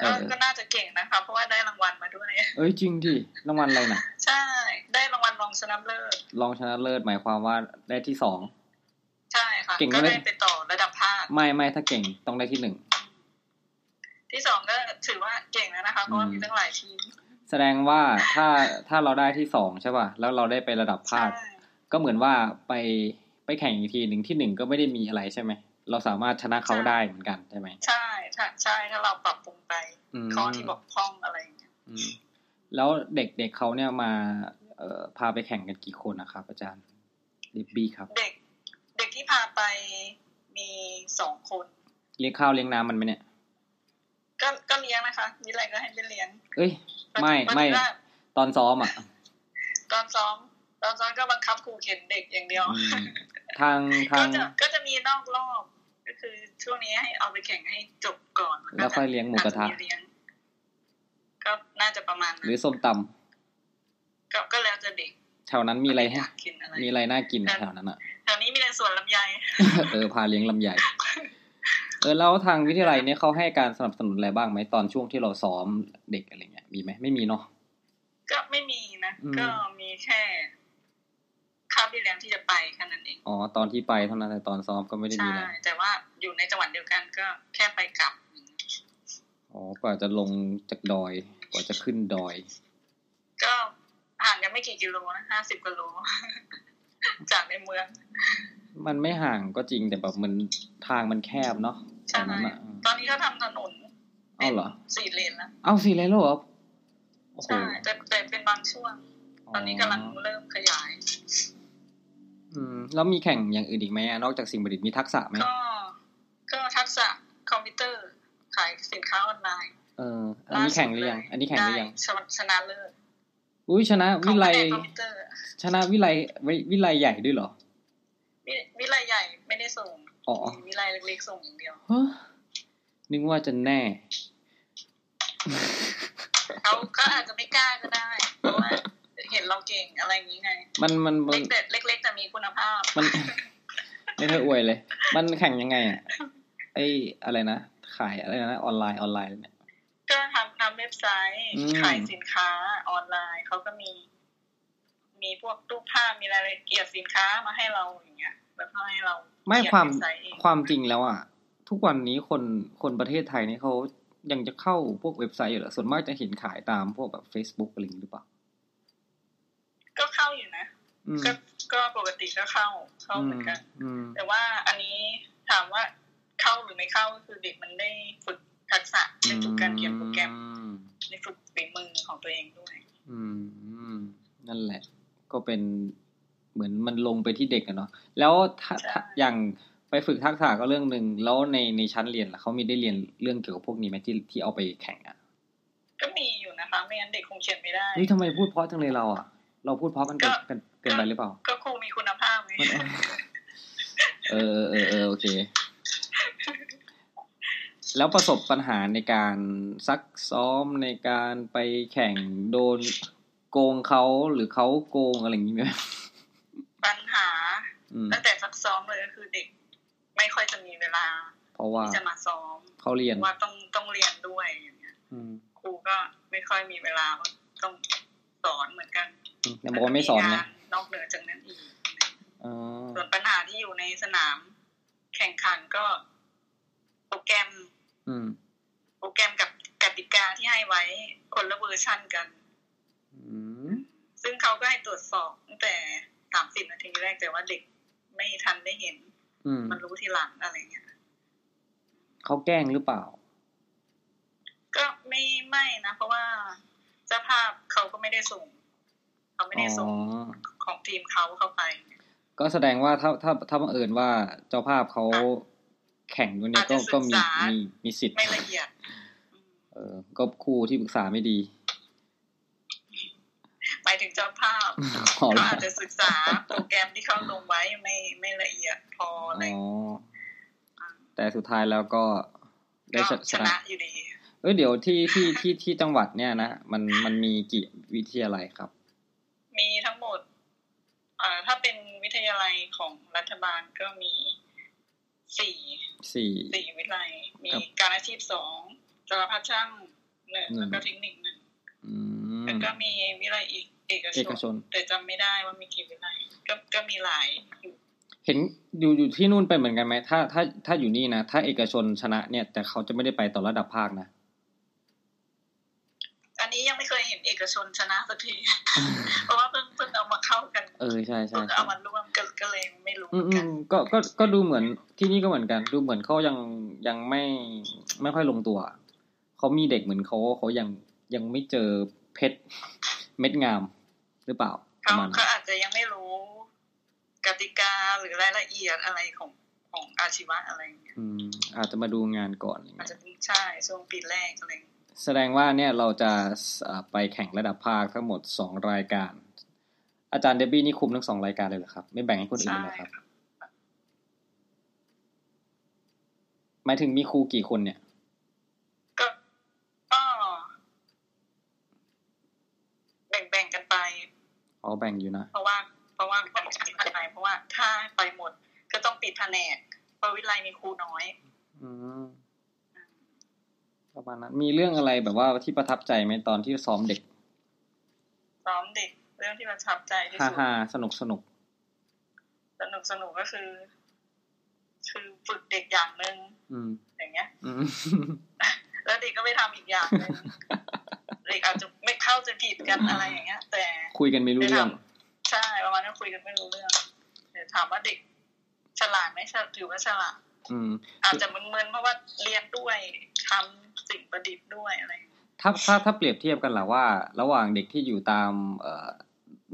ก็ เออ ก็น่าจะเก่งนะคะ เพราะว่าได้รางวัลมาด้วย เอ้ยจริงดิรางวัลอะไรนะ ใช่ ได้รางวัลรองชนะเลิศ รองชนะเลิศหมายความว่าได้ที่สอง ใช่ค่ะ เก่งไหม ก็ได้ไปต่อระดับภาค ไม่ไม่ถ้าเก่งต้องได้ที่หนึ่ง ที่สองก็ถือว่าเก่งแล้วนะคะ เพราะว่ามีตั้งหลายทีม แสดงว่าถ้าถ้าเราได้ที่สองใช่ป่ะแล้วเราได้ไประดับภา ใช่ ค ก็เหมือนว่าไปไปแข่งอีกทีหนึ่งที่หนึ่งก็ไม่ได้มีอะไรใช่ไหม เราสามารถชนะเขา ใช่ ได้เหมือนกันใช่ไหม ใช่ถ้าใช่ถ้าเราปรับปรุงไป ม ข้อที่บกพร่องอะไรอย่างเงี้ย อืมแล้วเด็กๆเขาเนี่ยมา เอ่อพาไปแข่งกันกี่คนนะครับ อาจารย์ดิบบี้ครับ เด็ก เด็กที่พาไปมีสองคน เลี้ยงข้าวเลี้ยงน้ำมันไหมเนี่ย ก็ก็เลี้ยงนะคะมีอะไรก็ให้ไปเลี้ยง เอ้ย ไม่ ปรากฏ ไม่ ว่า ตอนซ้อมอ่ะ ตอนซ้อมตอนซ้อมก็บังคับครูเข็นเด็กอย่างเดียว อืมทางทา ก็ ง จะก็จะมีนอกรอบ ก็คือช่วงนี้ให้เอาไปแข่งให้จบก่อน แล้วค่อยเลี้ยงหมูกระทะ อาจมีเลี้ยงก็น่าจะประมาณ ห นั้ รือน ส้มตำ ก็ก็แล้วจะเด็ก แถวนั้นมีอะไรให้ ยากกินอะไร มีอะไรน่ากินแถวนั้นอ่ะ แถวนี้มีแต่สวนลำไย เออพาเลี้ยงล ำใหญ่ เออแล้วทางวิทยาลัยเนี่ยเขาให้การสนับสนุนอะไรบ้างไหมตอนช่วงที่เราซ้อมเด็กอะไรเงี้ยมีไหมไม่มีเนาะ ก็ไม่มีนะ อืม ก็มีแค่ค่าเบี้ยเลี้ยงที่จะไปแค่นั้นเอง อ๋อตอนที่ไปเท่านั้นแต่ตอนซ้อมก็ไม่ได้มี ใช่ อะไร แต่ว่าอยู่ในจังหวัดเดียวกันก็แค่ไปกลับ อ๋อกว่าจะลงจากดอยกว่าจะขึ้นดอย ก็ห่างกันไม่กี่กิโลนะห้าสิบกิโล จากในเมือง มันไม่ห่างก็จริงแต่แบบมันทางมันแคบเนาะต ใช่ อนนั้นอ่ะ ตอนนี้เขาทำถนน เอ้าเหรอ สี่เลนแล้ว เอ้าสี่เลนแล้วเหรอโอ้โห ใช่แต่แต่เป็นบางช่วง ตอนนี้กำลังเริ่มขยาย อืมแล้วมีแข่งอย่างอื่นอีกไหมอะนอกจากสิ่งประดิษฐ์มีทักษะไหม ก็ ก็ทักษะคอมพิวเตอร์ ขายสินค้าออนไลน์ เอออันนี้แข่งหรือยัง อันนี้แข่งหรือยัง ได้ชนะชนะเลิศ อุ้ยชนะ ขอ วิ ง ไล แผนกคอมพิวเตอร์ ชนะวิไลวิวิไลใหญ่ด้วยเหรอ วิวิไลใหญ่ไม่ได้ส่ง อ๋อ มีวิไลเล็กๆส่งอย่างเดียว ฮะนึกว่าจะแน่ เขาเขาอาจจะไม่กล้าก็ได้ เพราะว่าเห็นเราเก่งอะไรอย่างนี้ไง มันมันมั เล็ น กแต่เล็ก ๆ แต่มีคุณภาพ มัน ไม่เคยอวยเลย มันแข่งยังไงอ่ะไออะไรนะขายอะไรนะออนไลน์ออนไลน์เนี่ย ก็ทำทำเว็บไซต์ อืม ขายสินค้าออนไลน์เขาก็มี มีพวกรูปภาพมีรายละเอียดสินค้ามาให้เราอย่างเงี้ยแบบให้เรา ไม่ เขียน ความ เว็บไซต์เอง ความจริงแล้วอ่ะ ทุกวันนี้คนคนประเทศไทยนี่เขายังจะเข้าพวกเว็บไซต์อยู่เหรอส่วนมากจะเห็นขายตามพวกแบบ Facebook อะไรอย่างนี้หรือเปล่า ก็เข้าอยู่นะ อืม ก็ก็ปกติก็เข้าเข้า อื เหมื ม อนกัน อืม แต่ว่าอันนี้ถามว่าเข้าหรือไม่เข้าก็คือเด็กมันได้ฝึกทักษะได้ฝึกการเขียนโปรแกรม อืม ได้ฝึกฝีมือของตัวเองด้วย อืม นั่นแหละ ก็เป็นเหมือนมันลงไปที่เด็กอะเนาะแล้วถ้าถ้า ใช่ อย่างไปฝึกทักษะก็เรื่องหนึ่งแล้วในในชั้นเรียนล่ะเขามีได้เรียนเรื่องเกี่ยวกับพวกนี้ไหมที่ที่เอาไปแข่งอ่ะ ก็มีอยู่นะคะ ไม่งั้นเด็กคงเขียนไม่ได้ เฮ้ยทำไมพูดเพราะจังเลยเราอ่ะ เราพูดเพราะมันเกิน ก็ เกินเกินไปหรือเปล่า ก็ครูมีคุณภาพไง มันเออเออเออเออโอเค แล้วประสบปัญหาในการซักซ้อมในการไปแข่งโดนโกงเขาหรือเขาโกงอะไรอย่างนี้ไหม ปัญหา อืม ตั้งแต่ซักซ้อมเลยก็คือเด็ก ไม่ค่อยจะมีเวลา เพราะว่า ที่จะมาซ้อม เขาเรียน ว่าต้องต้องเรียนด้วยอย่างเงี้ย อืม ครูก็ไม่ค่อยมีเวลาต้องสอนเหมือนกัน นายบอกว่าไม่สอน แล้วก็ นะ งานอกเหนือจากนั้นอีก อ๋อ ส่วนปัญหาที่อยู่ในสนาม แข่งขันก็โปรแกรม อืม โปรแกรมกับกติกาที่ให้ไว้คนละเวอร์ชันกัน อืม ซึ่งเขาก็ให้ตรวจสอบตั้งแต่สามสิบนาทีแรกแต่ว่าเด็กไม่ทันได้เห็น อืม มันรู้ทีหลังอะไรเงี้ย เขาแกล้งหรือเปล่า ก็ไม่ไม่นะ เพราะว่าเจ้าภาพเขาก็ไม่ได้ส่งเขาไม่ อ๋ ได้ส่ง อ ของทีมเขาเข้าไป ก็แสดงว่าถ้าถ้าถ้าบังเอิญว่าเจ้าภาพเขาแข่งด้วยเนี่ยก็ อาจจะ ก็มี ศึกษามี มีมีสิทธิ์ ไม่ละเอียด เออ ก็ครูที่ปรึกษาไม่ดี ไปถึงเจ้าภาพ อ๋อ เขาอาจจะศึกษาโปรแกรมที่เขาลงไว้ไม่ไม่ละเอียดพออะไร อ๋อแต่สุดท้ายแล้วก็ได้ ก็ ช ช ชนะ นะอยู่ดี เอ้ยเดี๋ยวที่ที่ที่ที่จังหวัดเนี่ยนะมันมันมีกี่วิทยาลัยครับ มีทั้งหมดเอ่อถ้าเป็นวิทยาลัยของรัฐบาลก็มีสี่ สี่ สี่วิทยาลัย มี ครับ การอาชีพสองจรพัดช่างหนึ่ง หนึ่งแล้วก็เทคนิคหนึ่ง อืม แล้วก็มีวิทยาลัยอีกเอก เอก ช ช น น แต่จำไม่ได้ว่ามีกี่วิทยาลัยก็ก็มีหลายอยู่ เห็นอยู่อยู่ที่นู่นเป็นเหมือนกันไหมถ้าถ้าถ้าอยู่นี่นะ ถ้าเอกชนชนะเนี่ย แต่เขาจะไม่ได้ไปต่อระดับภาคนะ อันนี้ยังไม่เคยเห็นเอกชนชนะสักที เพราะว่าเพิ่งเพิ่งเอามาเข้ากัน เออใช่ใช่ เพิ่งเอามาร่วมกันก็เลยไม่รู้ อืมอืเหมือนกัน มก็ก็ก็ดูเหมือนที่นี่ก็เหมือนกัน ดูเหมือนเขายังยังไม่ไม่ค่อยลงตัว เขามีเด็กเหมือนเขาเขายังยังไม่เจอเพชรเม็ดงามหรือเปล่าป เขา ระมาณนั้ เขา น อาจจะยังไม่รู้ กติกาหรือรายละเอียดอะไรของของอาชีวะอะไรอย่างเงี้ย อืมอาจจะมาดูงานก่อนอะไร อาจ เงี้ย จะใช่ช่วงปีแรกอะไรอย่างเงี้ย แสดงว่าเนี่ยเราจะเอ่อไปแข่งระดับภาคทั้งหมดสองรายการ อาจารย์เดบบี้นี่คุมทั้งสองรายการเลยเหรอครับ ไม่แบ่งให้คนอื่น ใช่ เลยเหรอครับ ค่ะ หมายถึงมีครูกี่คนเนี่ย ก็ก็ แบ่งๆกันไป อ๋อแบ่งอยู่นะ เพราะว่า เพราะว่าก็ต้องปิดแผนกเพราะว่าถ้าไปหมด ก็ต้องปิดแผนกเพราะวิทยาลัยมีครูน้อย อืมประมาณนั้น มีเรื่องอะไรแบบว่าที่ประทับใจไหมตอนที่ซ้อมเด็ก ซ้อมเด็กเรื่องที่ประทับใจที่ ฮ่า สุด ฮ่าสนุกสนุก สนุกสนุกก็คือ คือฝึกเด็กอย่างหนึ่ง อืม อย่างเงี้ย อืม แล้วเด็กก็ไปทำอีกอย่างหนึ่งเด็กอาจจะไม่เข้าใจผิดกันอะไรอย่างเงี้ย แต่ คุยกันไม่รู้เรื่อง ใช่ประมาณนั้นคุยกันไม่รู้เรื่องแต่ถามว่าเด็กฉลาดไหมฉลาดถือว่าฉลาด อืม อาจจะมึนๆเพราะว่าเรียนด้วยทำสิ่งประดิษฐ์ด้วยอะไรอย่างเงี้ย ถ้าถ้าถ้าเปรียบเทียบกันล่ะว่า ระหว่างเด็กที่อยู่ตามเอ่อ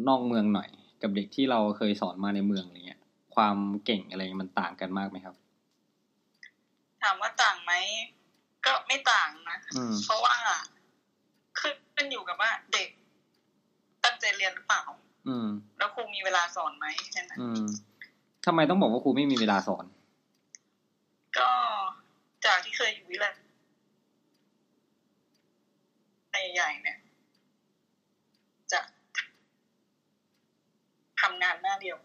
นอกเมืองหน่อย กับเด็กที่เราเคยสอนมาในเมืองอะไรเงี้ย ความเก่งอะไรมันต่างกันมากไหมครับ ถามว่าต่างไหมก็ไม่ต่างนะ อืม เพราะว่าคือมันอยู่กับว่าเด็ก ตั้งใจเรียนหรือเปล่า อืม แล้วครูมีเวลาสอนไหมแค่นั้น อืมทำไมต้องบอกว่าครูไม่มีเวลาสอน ก็จากที่เคยอยู่วิทยาลัยใหญ่ๆเนี่ย จะทำงานหน้าเดียว ค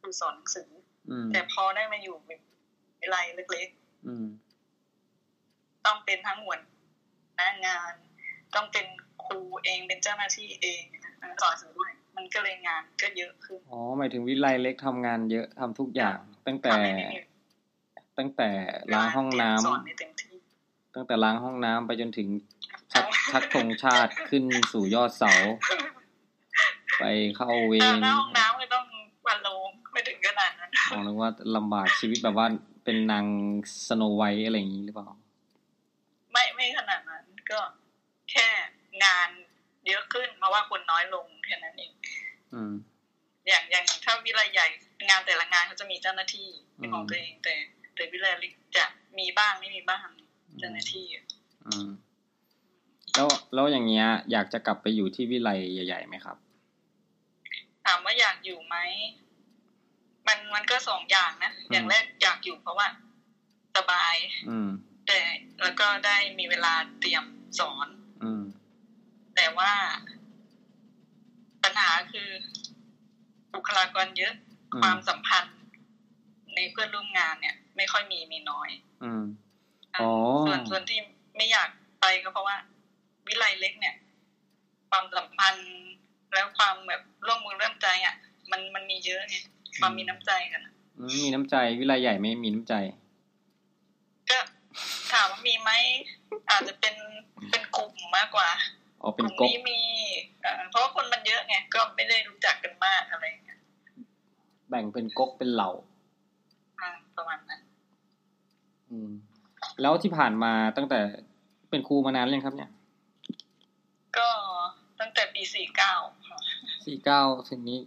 คือสอนหนังสือ อืม แต่พอได้มาอยู่แบบวิไลเล็ก อืม ๆ ต้องเป็นทั้งหัวหน้างาน ต้องเป็นครูเองเป็นเจ้าหน้าที่เองนะคะสอนหนังสือด้วยมันก็เลยงานก็เยอะขึ้น อ๋อหมายถึงวิไลเล็กทำงานเยอะทำทุกอย่าง ตั้งแต่ ทำให้ไม่มี ตั้งแต่ล้างห้องน้ำ สอนในเต็มที่ ตั้งแต่ล้างห้องน้ำไปจนถึงชักชักธงชาติขึ้นสู่ยอดเสา ไปเข้าเว แต่ ร หน้าห้องน้ำไม่ต้องวันโลงไม่ถึงขนาดนั้น มองเลยว่าลำบากชีวิตแบบว่าเป็นนางสโนไวท์อะไรอย่างนี้หรือเปล่า ไม่ไม่ขนาดนั้นก็แค่งานเยอะขึ้นเพราะว่าคนน้อยลงแค่นั้นเอง อืม อย่างอย่างถ้าวิไลใหญ่งานแต่ละงานเขาจะมีเจ้าหน้าที่เป็นของ อืม ตัวเองแต่ แต่วิไลเล็กจะมีบ้างไม่มีบ้างเจ้าหน้าที่อะ อืมแล้วแล้วอย่างเงี้ย อยากจะกลับไปอยู่ที่วิไลใหญ่ๆไหมครับ ถามว่าอยากอยู่ไหมมันมันก็สองอย่างนะอย่างแรกอยากอยู่เพราะว่าสบาย อืม แต่แล้วก็ได้มีเวลาเตรียมสอน อืม แต่ว่าปัญหาคือบุคลากรเยอะ อื ความสัมพันธ์ในเพื่อนร่วมงานเนี่ย ไม่ค่อยมีมีน้อย อืม อ่ะ อ๋อ ส่วนส่วนที่ไม่อยากไปก็เพราะว่า วิไลเล็กเนี่ย ความสัมพันธ์แล้วความแบบร่วมมือร่วมใจอ่ะ มันมันมีเยอะไงความมีน้ำใจกันอะ อืมมีน้ำใจวิไลใหญ่ไม่มีน้ำใจ ก็ถามว่ามีไหมอาจจะเป็นเป็นกลุ่มมากกว่า อ๋อเป็น ก ก๊ ลุ่ ก มนี้มีเอ่อเพราะว่าคนมันเยอะไงก็ไม่ได้รู้จักกันมากอะไรอย่างเงี้ย แบ่งเป็นก๊กเป็นเหล่า อ่าประมาณนั้น อืม แล้วที่ผ่านมาตั้งแต่เป็นครูมานานหรือยังครับเนี่ย ก็ตั้งแต่ปีสี่เก้า สี่เก้าสิบนี้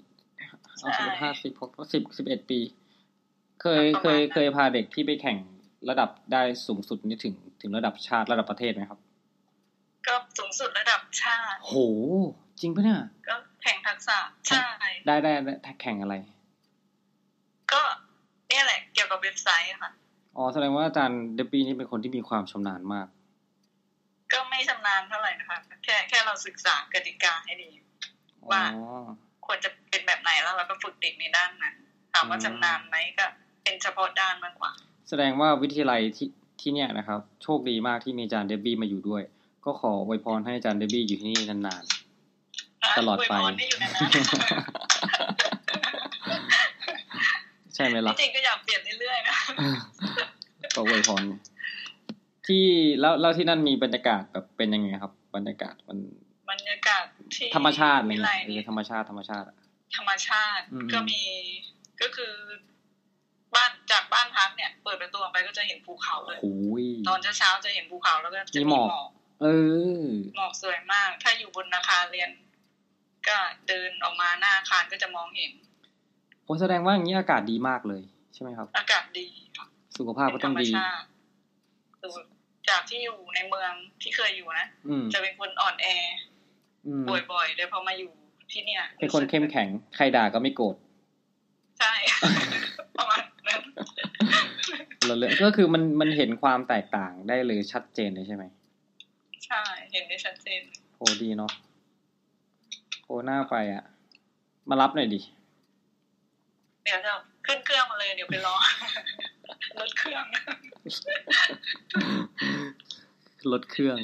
เอา ใช่ สิบห้าสิบหกสิบสิบเอ็ดปี เคย ประมาณนั้น เคยเคยพาเด็กที่ไปแข่งระดับได้สูงสุดนี่ถึงถึงระดับชาติระดับประเทศไหมครับ ก็สูงสุดระดับชาติ โห จริงปะเนี่ย ก็แข่งทักษะใช่ ได้ได้ได้แข่งอะไร ก็เนี่ยแหละเกี่ยวกับเว็บไซต์อะค่ะ อ๋อแสดงว่าอาจารย์เดบบี้นี่เป็นคนที่มีความชำนาญมาก ก็ไม่ชำนาญเท่าไหร่นะคะ แค่แค่เราศึกษากติกาให้ดี ว่า อ๋อ ควรจะเป็นแบบไหนแล้วเราก็ฝึกเด็กในด้านนั้นถามว่า อืม ชำนาญไหมก็ เป็นเฉพาะด้านมากกว่า แสดงว่าวิทยาลัยที่ที่เนี่ยนะครับ โชคดีมากที่มีอาจารย์เดบบี้มาอยู่ด้วย ก็ขออวยพรให้อาจารย์เดบบี้อยู่ที่นี่นานๆ ตลอดไป วยพรให้อยู่ นาน ใช่ไหมล่ะ ๆจริงๆก็อยากเปลี่ยนเรื่อยๆนะ ก็อวยพรที่แล้วแล้วที่นั่นมีบรรยากาศแบบเป็นยังไงครับ บรรยากาศมัน บรรยากาศที่ ธรรมชาติอะไร วิ เงี้ ไล ยเออ นี่ ธรรมชาติธรรมชาติอะ ธรรมชาติ อืม ก็มีก็คือ บ้านจากบ้านพักเนี่ย เปิดประตูออกไปก็จะเห็นภูเขาเลย โอ้ย ตอนเช้าๆจะเห็นภูเขาแล้วก็จะ มี มี ห ห ม ม อ อก ก เออ หมอกสวยมาก ถ้าอยู่บนอาคารเรียน ก็เดินออกมาหน้าอาคารก็จะมองเห็น ผมแสดงว่าอย่างนี้อากาศดีมากเลยใช่ไหมครับ อากาศดีค่ะ สุขภาพ เป็ ก็ นธ ต้ ร อง รม ดี ชาติสูตรจากที่อยู่ในเมืองที่เคยอยู่นะ อืม จะเป็นคนอ่อนแอ อืม อบ่อยๆเลยพอมาอยู่ที่เนี่ย เป็นคนเข้มแข็ง ใครด่าก็ไม่โกรธ ใช่ ประมาณนั้น เราเลยก็คือมันมันเห็นความแตกต่างได้เลยชัดเจนเลยใช่ไหม ใช่ เห็นได้ชัดเจน โหดีเนาะโหหน้าไปอ่ะ มารับหน่อยดิ เดี๋ยวจะขึ้นเครื่องมาเลย เดี๋ยวไปรอ รถเครื่อง รถเครื่อง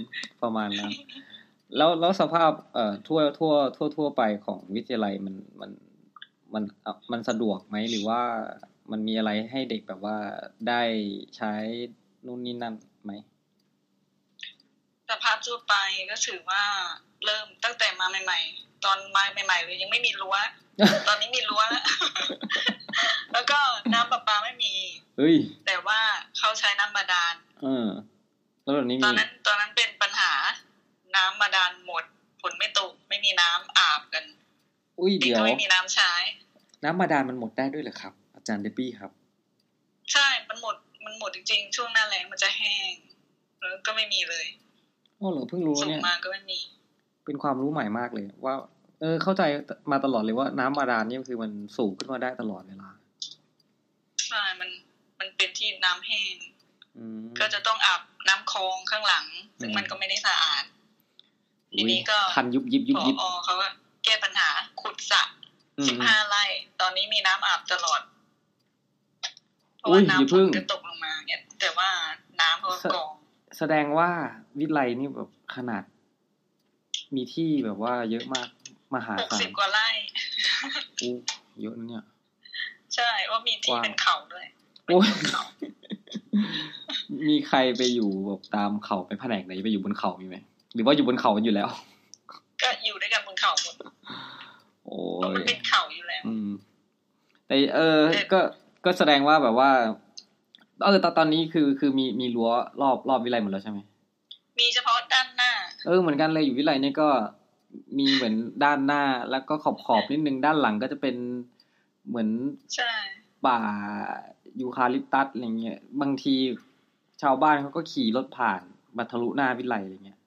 ประมาณนั้นแล้วแล้วสภาพเอ่อทั่วทั่วทั่วทั่วไปของวิทยาลัยมันมันมันเอ่อมันสะดวกไหมหรือว่ามันมีอะไรให้เด็กแบบว่าได้ใช้นู่นนี่นั่นไหม สภาพทั่วไปก็ถือว่าเริ่มตั้งแต่มาใหม่ ๆ ตอนมาใหม่ๆเลยยังไม่มีรั้ว ตอนนี้มีรั้ว แล้ว แล้วก็น้ำประปาไม่มี เฮ้ย แต่ว่าเขาใช้น้ำบาดาล เออ แล้วแบบนี้ ตอ มี นนั้นตอนนั้นเป็นปัญหา น้ำบาดาลหมดฝนไม่ตกไม่มีน้ำอาบกัน อุ้ย เด็ก เดี๋ยว ก็ไม่มีน้ำใช้ น้ำบาดาลมันหมดได้ด้วยเหรอครับ อาจารย์เดบบี้ครับ ใช่ มันหมด มันหมดจริงๆ ช่วงหน้าแล้งมันจะแห้ง แล้วก็ไม่มีเลย อ๋อเหรอเพิ่งรู้ ส่ง เนี่ย มาก็ไม่มี เป็นความรู้ใหม่มากเลย ว่า เออ เข้าใจมาตลอดเลยว่าน้ำบาดาลเนี่ยคือมันสูบขึ้นมาได้ตลอดเวลา ใช่ มัน มันเป็นที่น้ำแห้ง อืม ก็จะต้องอาบน้ำคลองข้างหลัง ซึ่ง อืม มันก็ไม่ได้สะอาด ที อุ๊ย นี้ก็ คันยุบยิบยุ พ บยิบ อเขาก็แก้ปัญหาขุดสระ อืม สิบห้าไร่ ตอนนี้มีน้ำอาบตลอด เพ อุ๊ยราะว่า อย่า น้ำ พึ่ ฝ ง นจะตกลงมาเนี่ยแต่ว่าน้ำเขากอง แสดงว่าวิไลนี่แบบขนาด มีที่แบบว่าเยอะมากมหา หก ศา สิ ล บกว่าไร่ อู้เยอะนะเนี่ย ใช่ว่ามีที่ ว้าว เป็นเขาด้วย โอ้ยมีใครไปอยู่แบบตามเขาไปแผนกไหนไปอยู่บนเขามีไหมหรือว่าอยู่บนเขาอยู่แล้ว ก็อยู่ด้วยกันบนเขาหมด โอ้ เพราะมั ย นเป็นเขาอยู่แล้ว อืม แต่เออ ก็ก็แสดงว่าแบบว่าเออตอนตอนนี้คือคือมีมีรั้วรอบรอบวิไลหมดแล้วใช่ไหม มีเฉพาะด้านหน้า เออเหมือนกันเลยอยู่วิไลเนี่ยก็มีเหมือนด้านหน้าแล้วก็ขอบขอบนิดนึงด้านหลังก็จะเป็นเหมือน ใช่ ป่ายูคาลิปตัสอะไรเงี้ยบางทีชาวบ้านเขาก็ขี่รถผ่านมาทะลุหน้าวิไลอะไรเงี้ย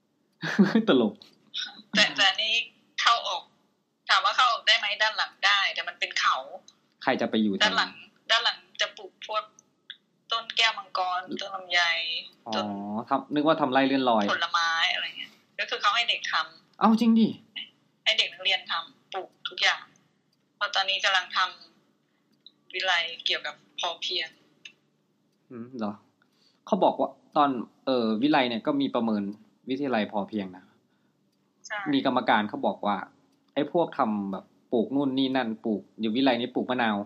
ตลก แต่แต่อันนี้เข้าออก ถามว่าเข้าออกได้ไหมด้านหลังได้ แต่มันเป็นเขา ใครจะไปอยู่ ด้า แถ น ว หลั นั้ ง น ด้านหลังจะปลูกพวกต้นแก้วมังกรต้นลำไย อ๋อ ต้น ทำนึกว่าทำไรเลื่อนลอย ผลไม้อะไรเงี้ย ก็คือเขาให้เด็กทำ เอ้าจริงดิ ให้เด็กนักเรียนทำปลูกทุกอย่างเพราะตอนนี้กำลังทำวิไลเกี่ยวกับพอเพียง อืมเหรอเขาบอกว่าตอนเออวิไลเนี่ยก็มีประเมินวิทยาลัยพอเพียงนะ ใช่ มีกรรมการเขาบอกว่า ไอ้พวกทำแบบปลูกนู่นนี่นั่นปลูกอยู่วิไลนี่ปลูกมะนาว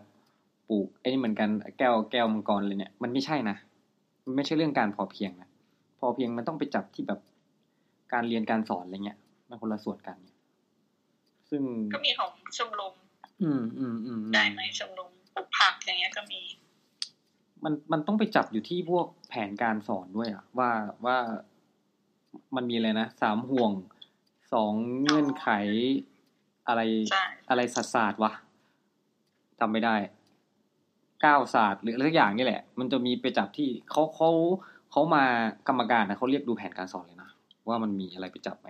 ปลูกไอ้นี่เหมือนกันแก้วแก้วมังกรเลยเนี่ยมันไม่ใช่นะมันไม่ใช่เรื่องการพอเพียงนะพอเพียงมันต้องไปจับที่แบบการเรียนการสอนอะไรเงี้ยมันคนละส่วนกันเนี่ยซึ่ง ก็มีของชมรม อืมอืมอืมอื ได้ ม ไหมชมรมปลูกผักอย่างเงี้ยก็มี มันมันต้องไปจับอยู่ที่พวกแผนการสอนด้วยอะว่าว่ามันมีอะไรนะสามห่วงสองเงื่อนไขอะไร ใช่ อะไรศาสตร์ศาสตร์วะจำไม่ได้ก้าวศาสตร์หรืออะไรสักอย่างนี่แหละ มันจะมีไปจับที่เขาเขาเขามากรรมการนะเขาเรียกดูแผนการสอนเลยนะว่ามันมีอะไรไปจับไหม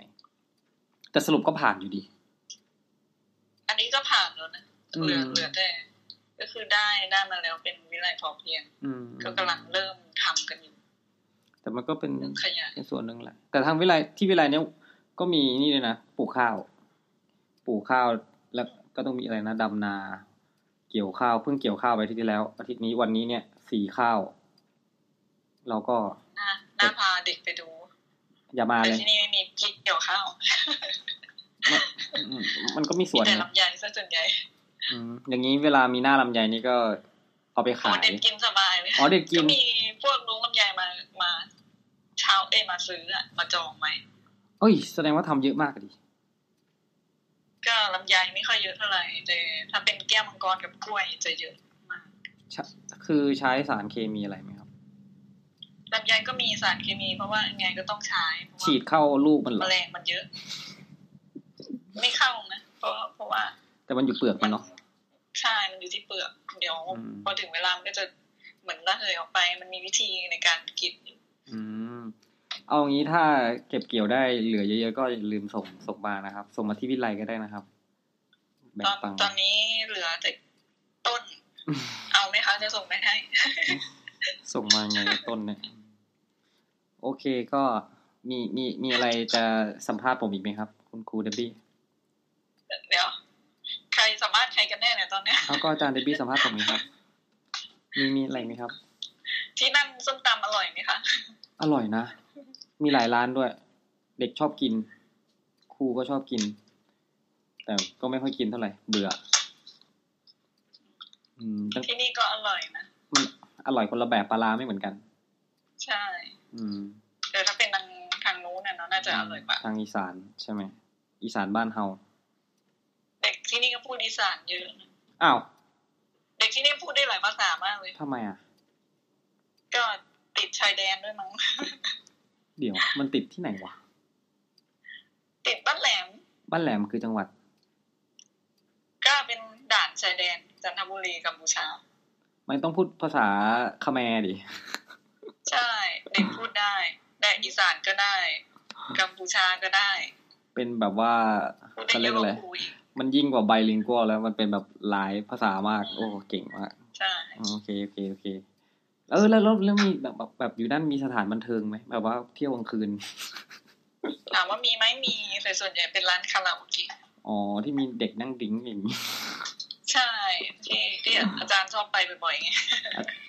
แต่สรุปก็ผ่านอยู่ดี อันนี้ก็ผ่านแล้วนะ อืม เหลือเหลือแต่ก็คือได้ได้มาแล้วเป็นวิไลพอเพียง อืม ก็กำลังเริ่มทำกันอยู่ แต่มันก็เป็น เรื่องขยะ เป็นส่วนหนึ่งแหละ แต่ทางวิไลที่วิไลเนี่ยก็มีนี่เลยนะปลูกข้าว ปลูกข้าวแล้วก็ต้องมีอะไรนะดำนา เกี่ยวข้าวเพิ่งเกี่ยวข้าวไปอาทิตย์ที่แล้วอาทิตย์นี้วันนี้เนี่ยสีข้าวเราก็ น่าน่าพาเด็กไปดู อย่ามา แต่ เลย ที่นี่ไม่มีพริกเกี่ยวข้าว อืมมันก็มีส่วมีน แต่ นะ ลำไยซะส่วนใหญ่ อืมอย่างนี้เวลามีหน้าลำไยนี่ก็เอาไป โอ้ ขาย เด็กกินสบายเลย อ๋อเด็กกิ ก็ น มีพวกลุงลำไยมามา เช้าเอยมาซื้ออะมาจองไหม เอ้ย แสดงว่าทำเยอะมากอะดิ ก็ลำไยไม่ค่อยเยอะเท่าไหร่แต่ถ้าเป็นแก้วมังกรกับกล้วยจะเยอะมาก คือใช้สารเคมีอะไรไหมครับ ลำไยก็มีสารเคมี เพราะว่ายังไงก็ต้องใช้เพราะว่า ฉีดเข้าลูกมันเหร แม อ ลงมันเยอะ ไม่เข้านะเพราะเพราะว่า แต่มันอยู่เปลือกมันเนาะ ใช่มันอยู่ที่เปลือกเดี๋ยว อืม พอถึงเวลามันก็จะเหมือนระเหยออกไป มันมีวิธีในการกิน อืม เอางี้ถ้าเก็บเกี่ยวได้เหลือเยอะๆก็อย่าลืมส่งส่งมานะครับ ส่งมาที่วิไลก็ได้นะครับ แบ่งตอน ปัง ตอนนี้เหลือแต่ต้น เอาไหมคะจะส่งไปให้ ส่งมาไงต้นเนี่ย โอเคก็มีมีมีอะไรจะสัมภาษณ์ผมอีกไหมครับ คุณครูเดบบี้ เดี๋ยว ใครสามารถใครกันแน่เนี่ยตอนเนี้ย แล้วก็อาจารย์เดบบี้สัมภาษณ์ผมไหมครับ มีมีอะไรไหมครับ ที่นั่นส้มตำอร่อยไหมคะ อร่อยนะ มีหลายร้านด้วย เด็กชอบกิน ครูก็ชอบกิน แต่ก็ไม่ค่อยกินเท่าไหร่ เบื่อ อืมตั้ง ที่นี่ก็อร่อยนะ มันอร่อยคนละแบบปลาร้าไม่เหมือนกัน ใช่ อืม เดี๋ยวถ้าเป็นทางทางนู้นน่ะเนาะน่าจะอร่อยกว่า ทางอีสานใช่ไหม อีสานบ้านเฮา เด็กที่นี่ก็พูดอีสานเยอะนะ อ้าว เด็กที่นี่พูดได้หลายภาษามากเลย ทำไมอ่ะ ก็ติดชายแดนด้วยมั้ง เดี๋ยว มันติดที่ไหนวะ ติดบ้านแหลม บ้านแหลมคือจังหวัด ก็เป็นด่านชายแดนจันทบุรีกัมพูชา มันต้องพูดภาษาคแมร์ดิ ใช่ เด็กพูดได้แดกอีสานก็ได้ กัมพูชาก็ได้ เป็นแบบว่า พูดได้ เขา เย เรียกอะก อะไร ว่ากูอีก มันยิ่งกว่าไบลิงกัวแล้วมันเป็นแบบหลายภาษามาก โอ้เก่งมาก ใช่ อืมโอเคโอเคโอเคเออแล้วแล้วแล้วมีแบบแบบแบบอยู่นั่นมีสถานบันเทิงไหมแบบว่าเที่ยวกลางคืน ถามว่ามีไหมมีแต่ส่วนใหญ่เป็นร้านคาราโอเกะ อ๋อที่มีเด็กนั่งดิ้งอย่างนี้ ใช่ที่ที่อาจารย์ชอบไปบ่อยๆไง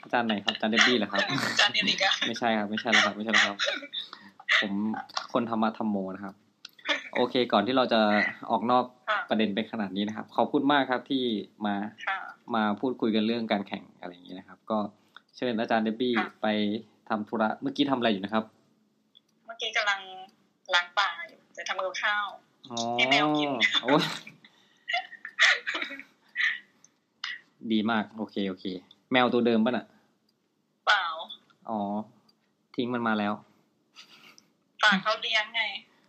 อาจารย์ไหนครับอาจารย์เดบบี้เหรอครับ อาจารย์เดลิกอะ ไม่ใช่ครับ ไม่ใช่แล้วครับ ไม่ใช่แล้วครับ ผมคนธรรมะธรรมโมนะครับ โอเค ก่อนที่เราจะออกนอก ค่ะ ประเด็นไปขนาดนี้นะครับ ขอบคุณมากครับที่มา ค่ะ มาพูดคุยกันเรื่องการแข่งอะไรอย่างนี้นะครับ ก็เชิญอาจารย์เดบบี้ ค่ะ ไปทำธุระเมื่อกี้ทำอะไรอยู่นะครับ เมื่อกี้กำลังล้างปากอยู่จะทำกับข้าว อ๋อ ให้แมวกิน โอ้ยดีมากโอเคโอเค แมวตัวเดิมป่ะน่ะ เปล่า อ๋อ ทิ้งมันมาแล้ว ปากเขาเลี้ยงไง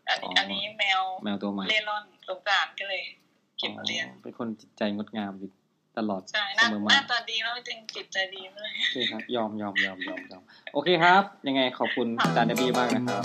อันนี้ อ๋ออั อันนี้แมว แมวตัวใหม่ เล่ร่อนสงสารก็เลย เก็บมาเลี้ยง อ๋อเป็นคนจิตใจงดงามอยู่ตลอด ใช่ห เส น้าอมห มา น้าตาดีแล้วจริงจิตใจดีด้วย โอเคครับยอมยอมยอมยอมยอมโอเคครับ ยังไงขอบคุณอาจารย์เดบี้มากนะครับ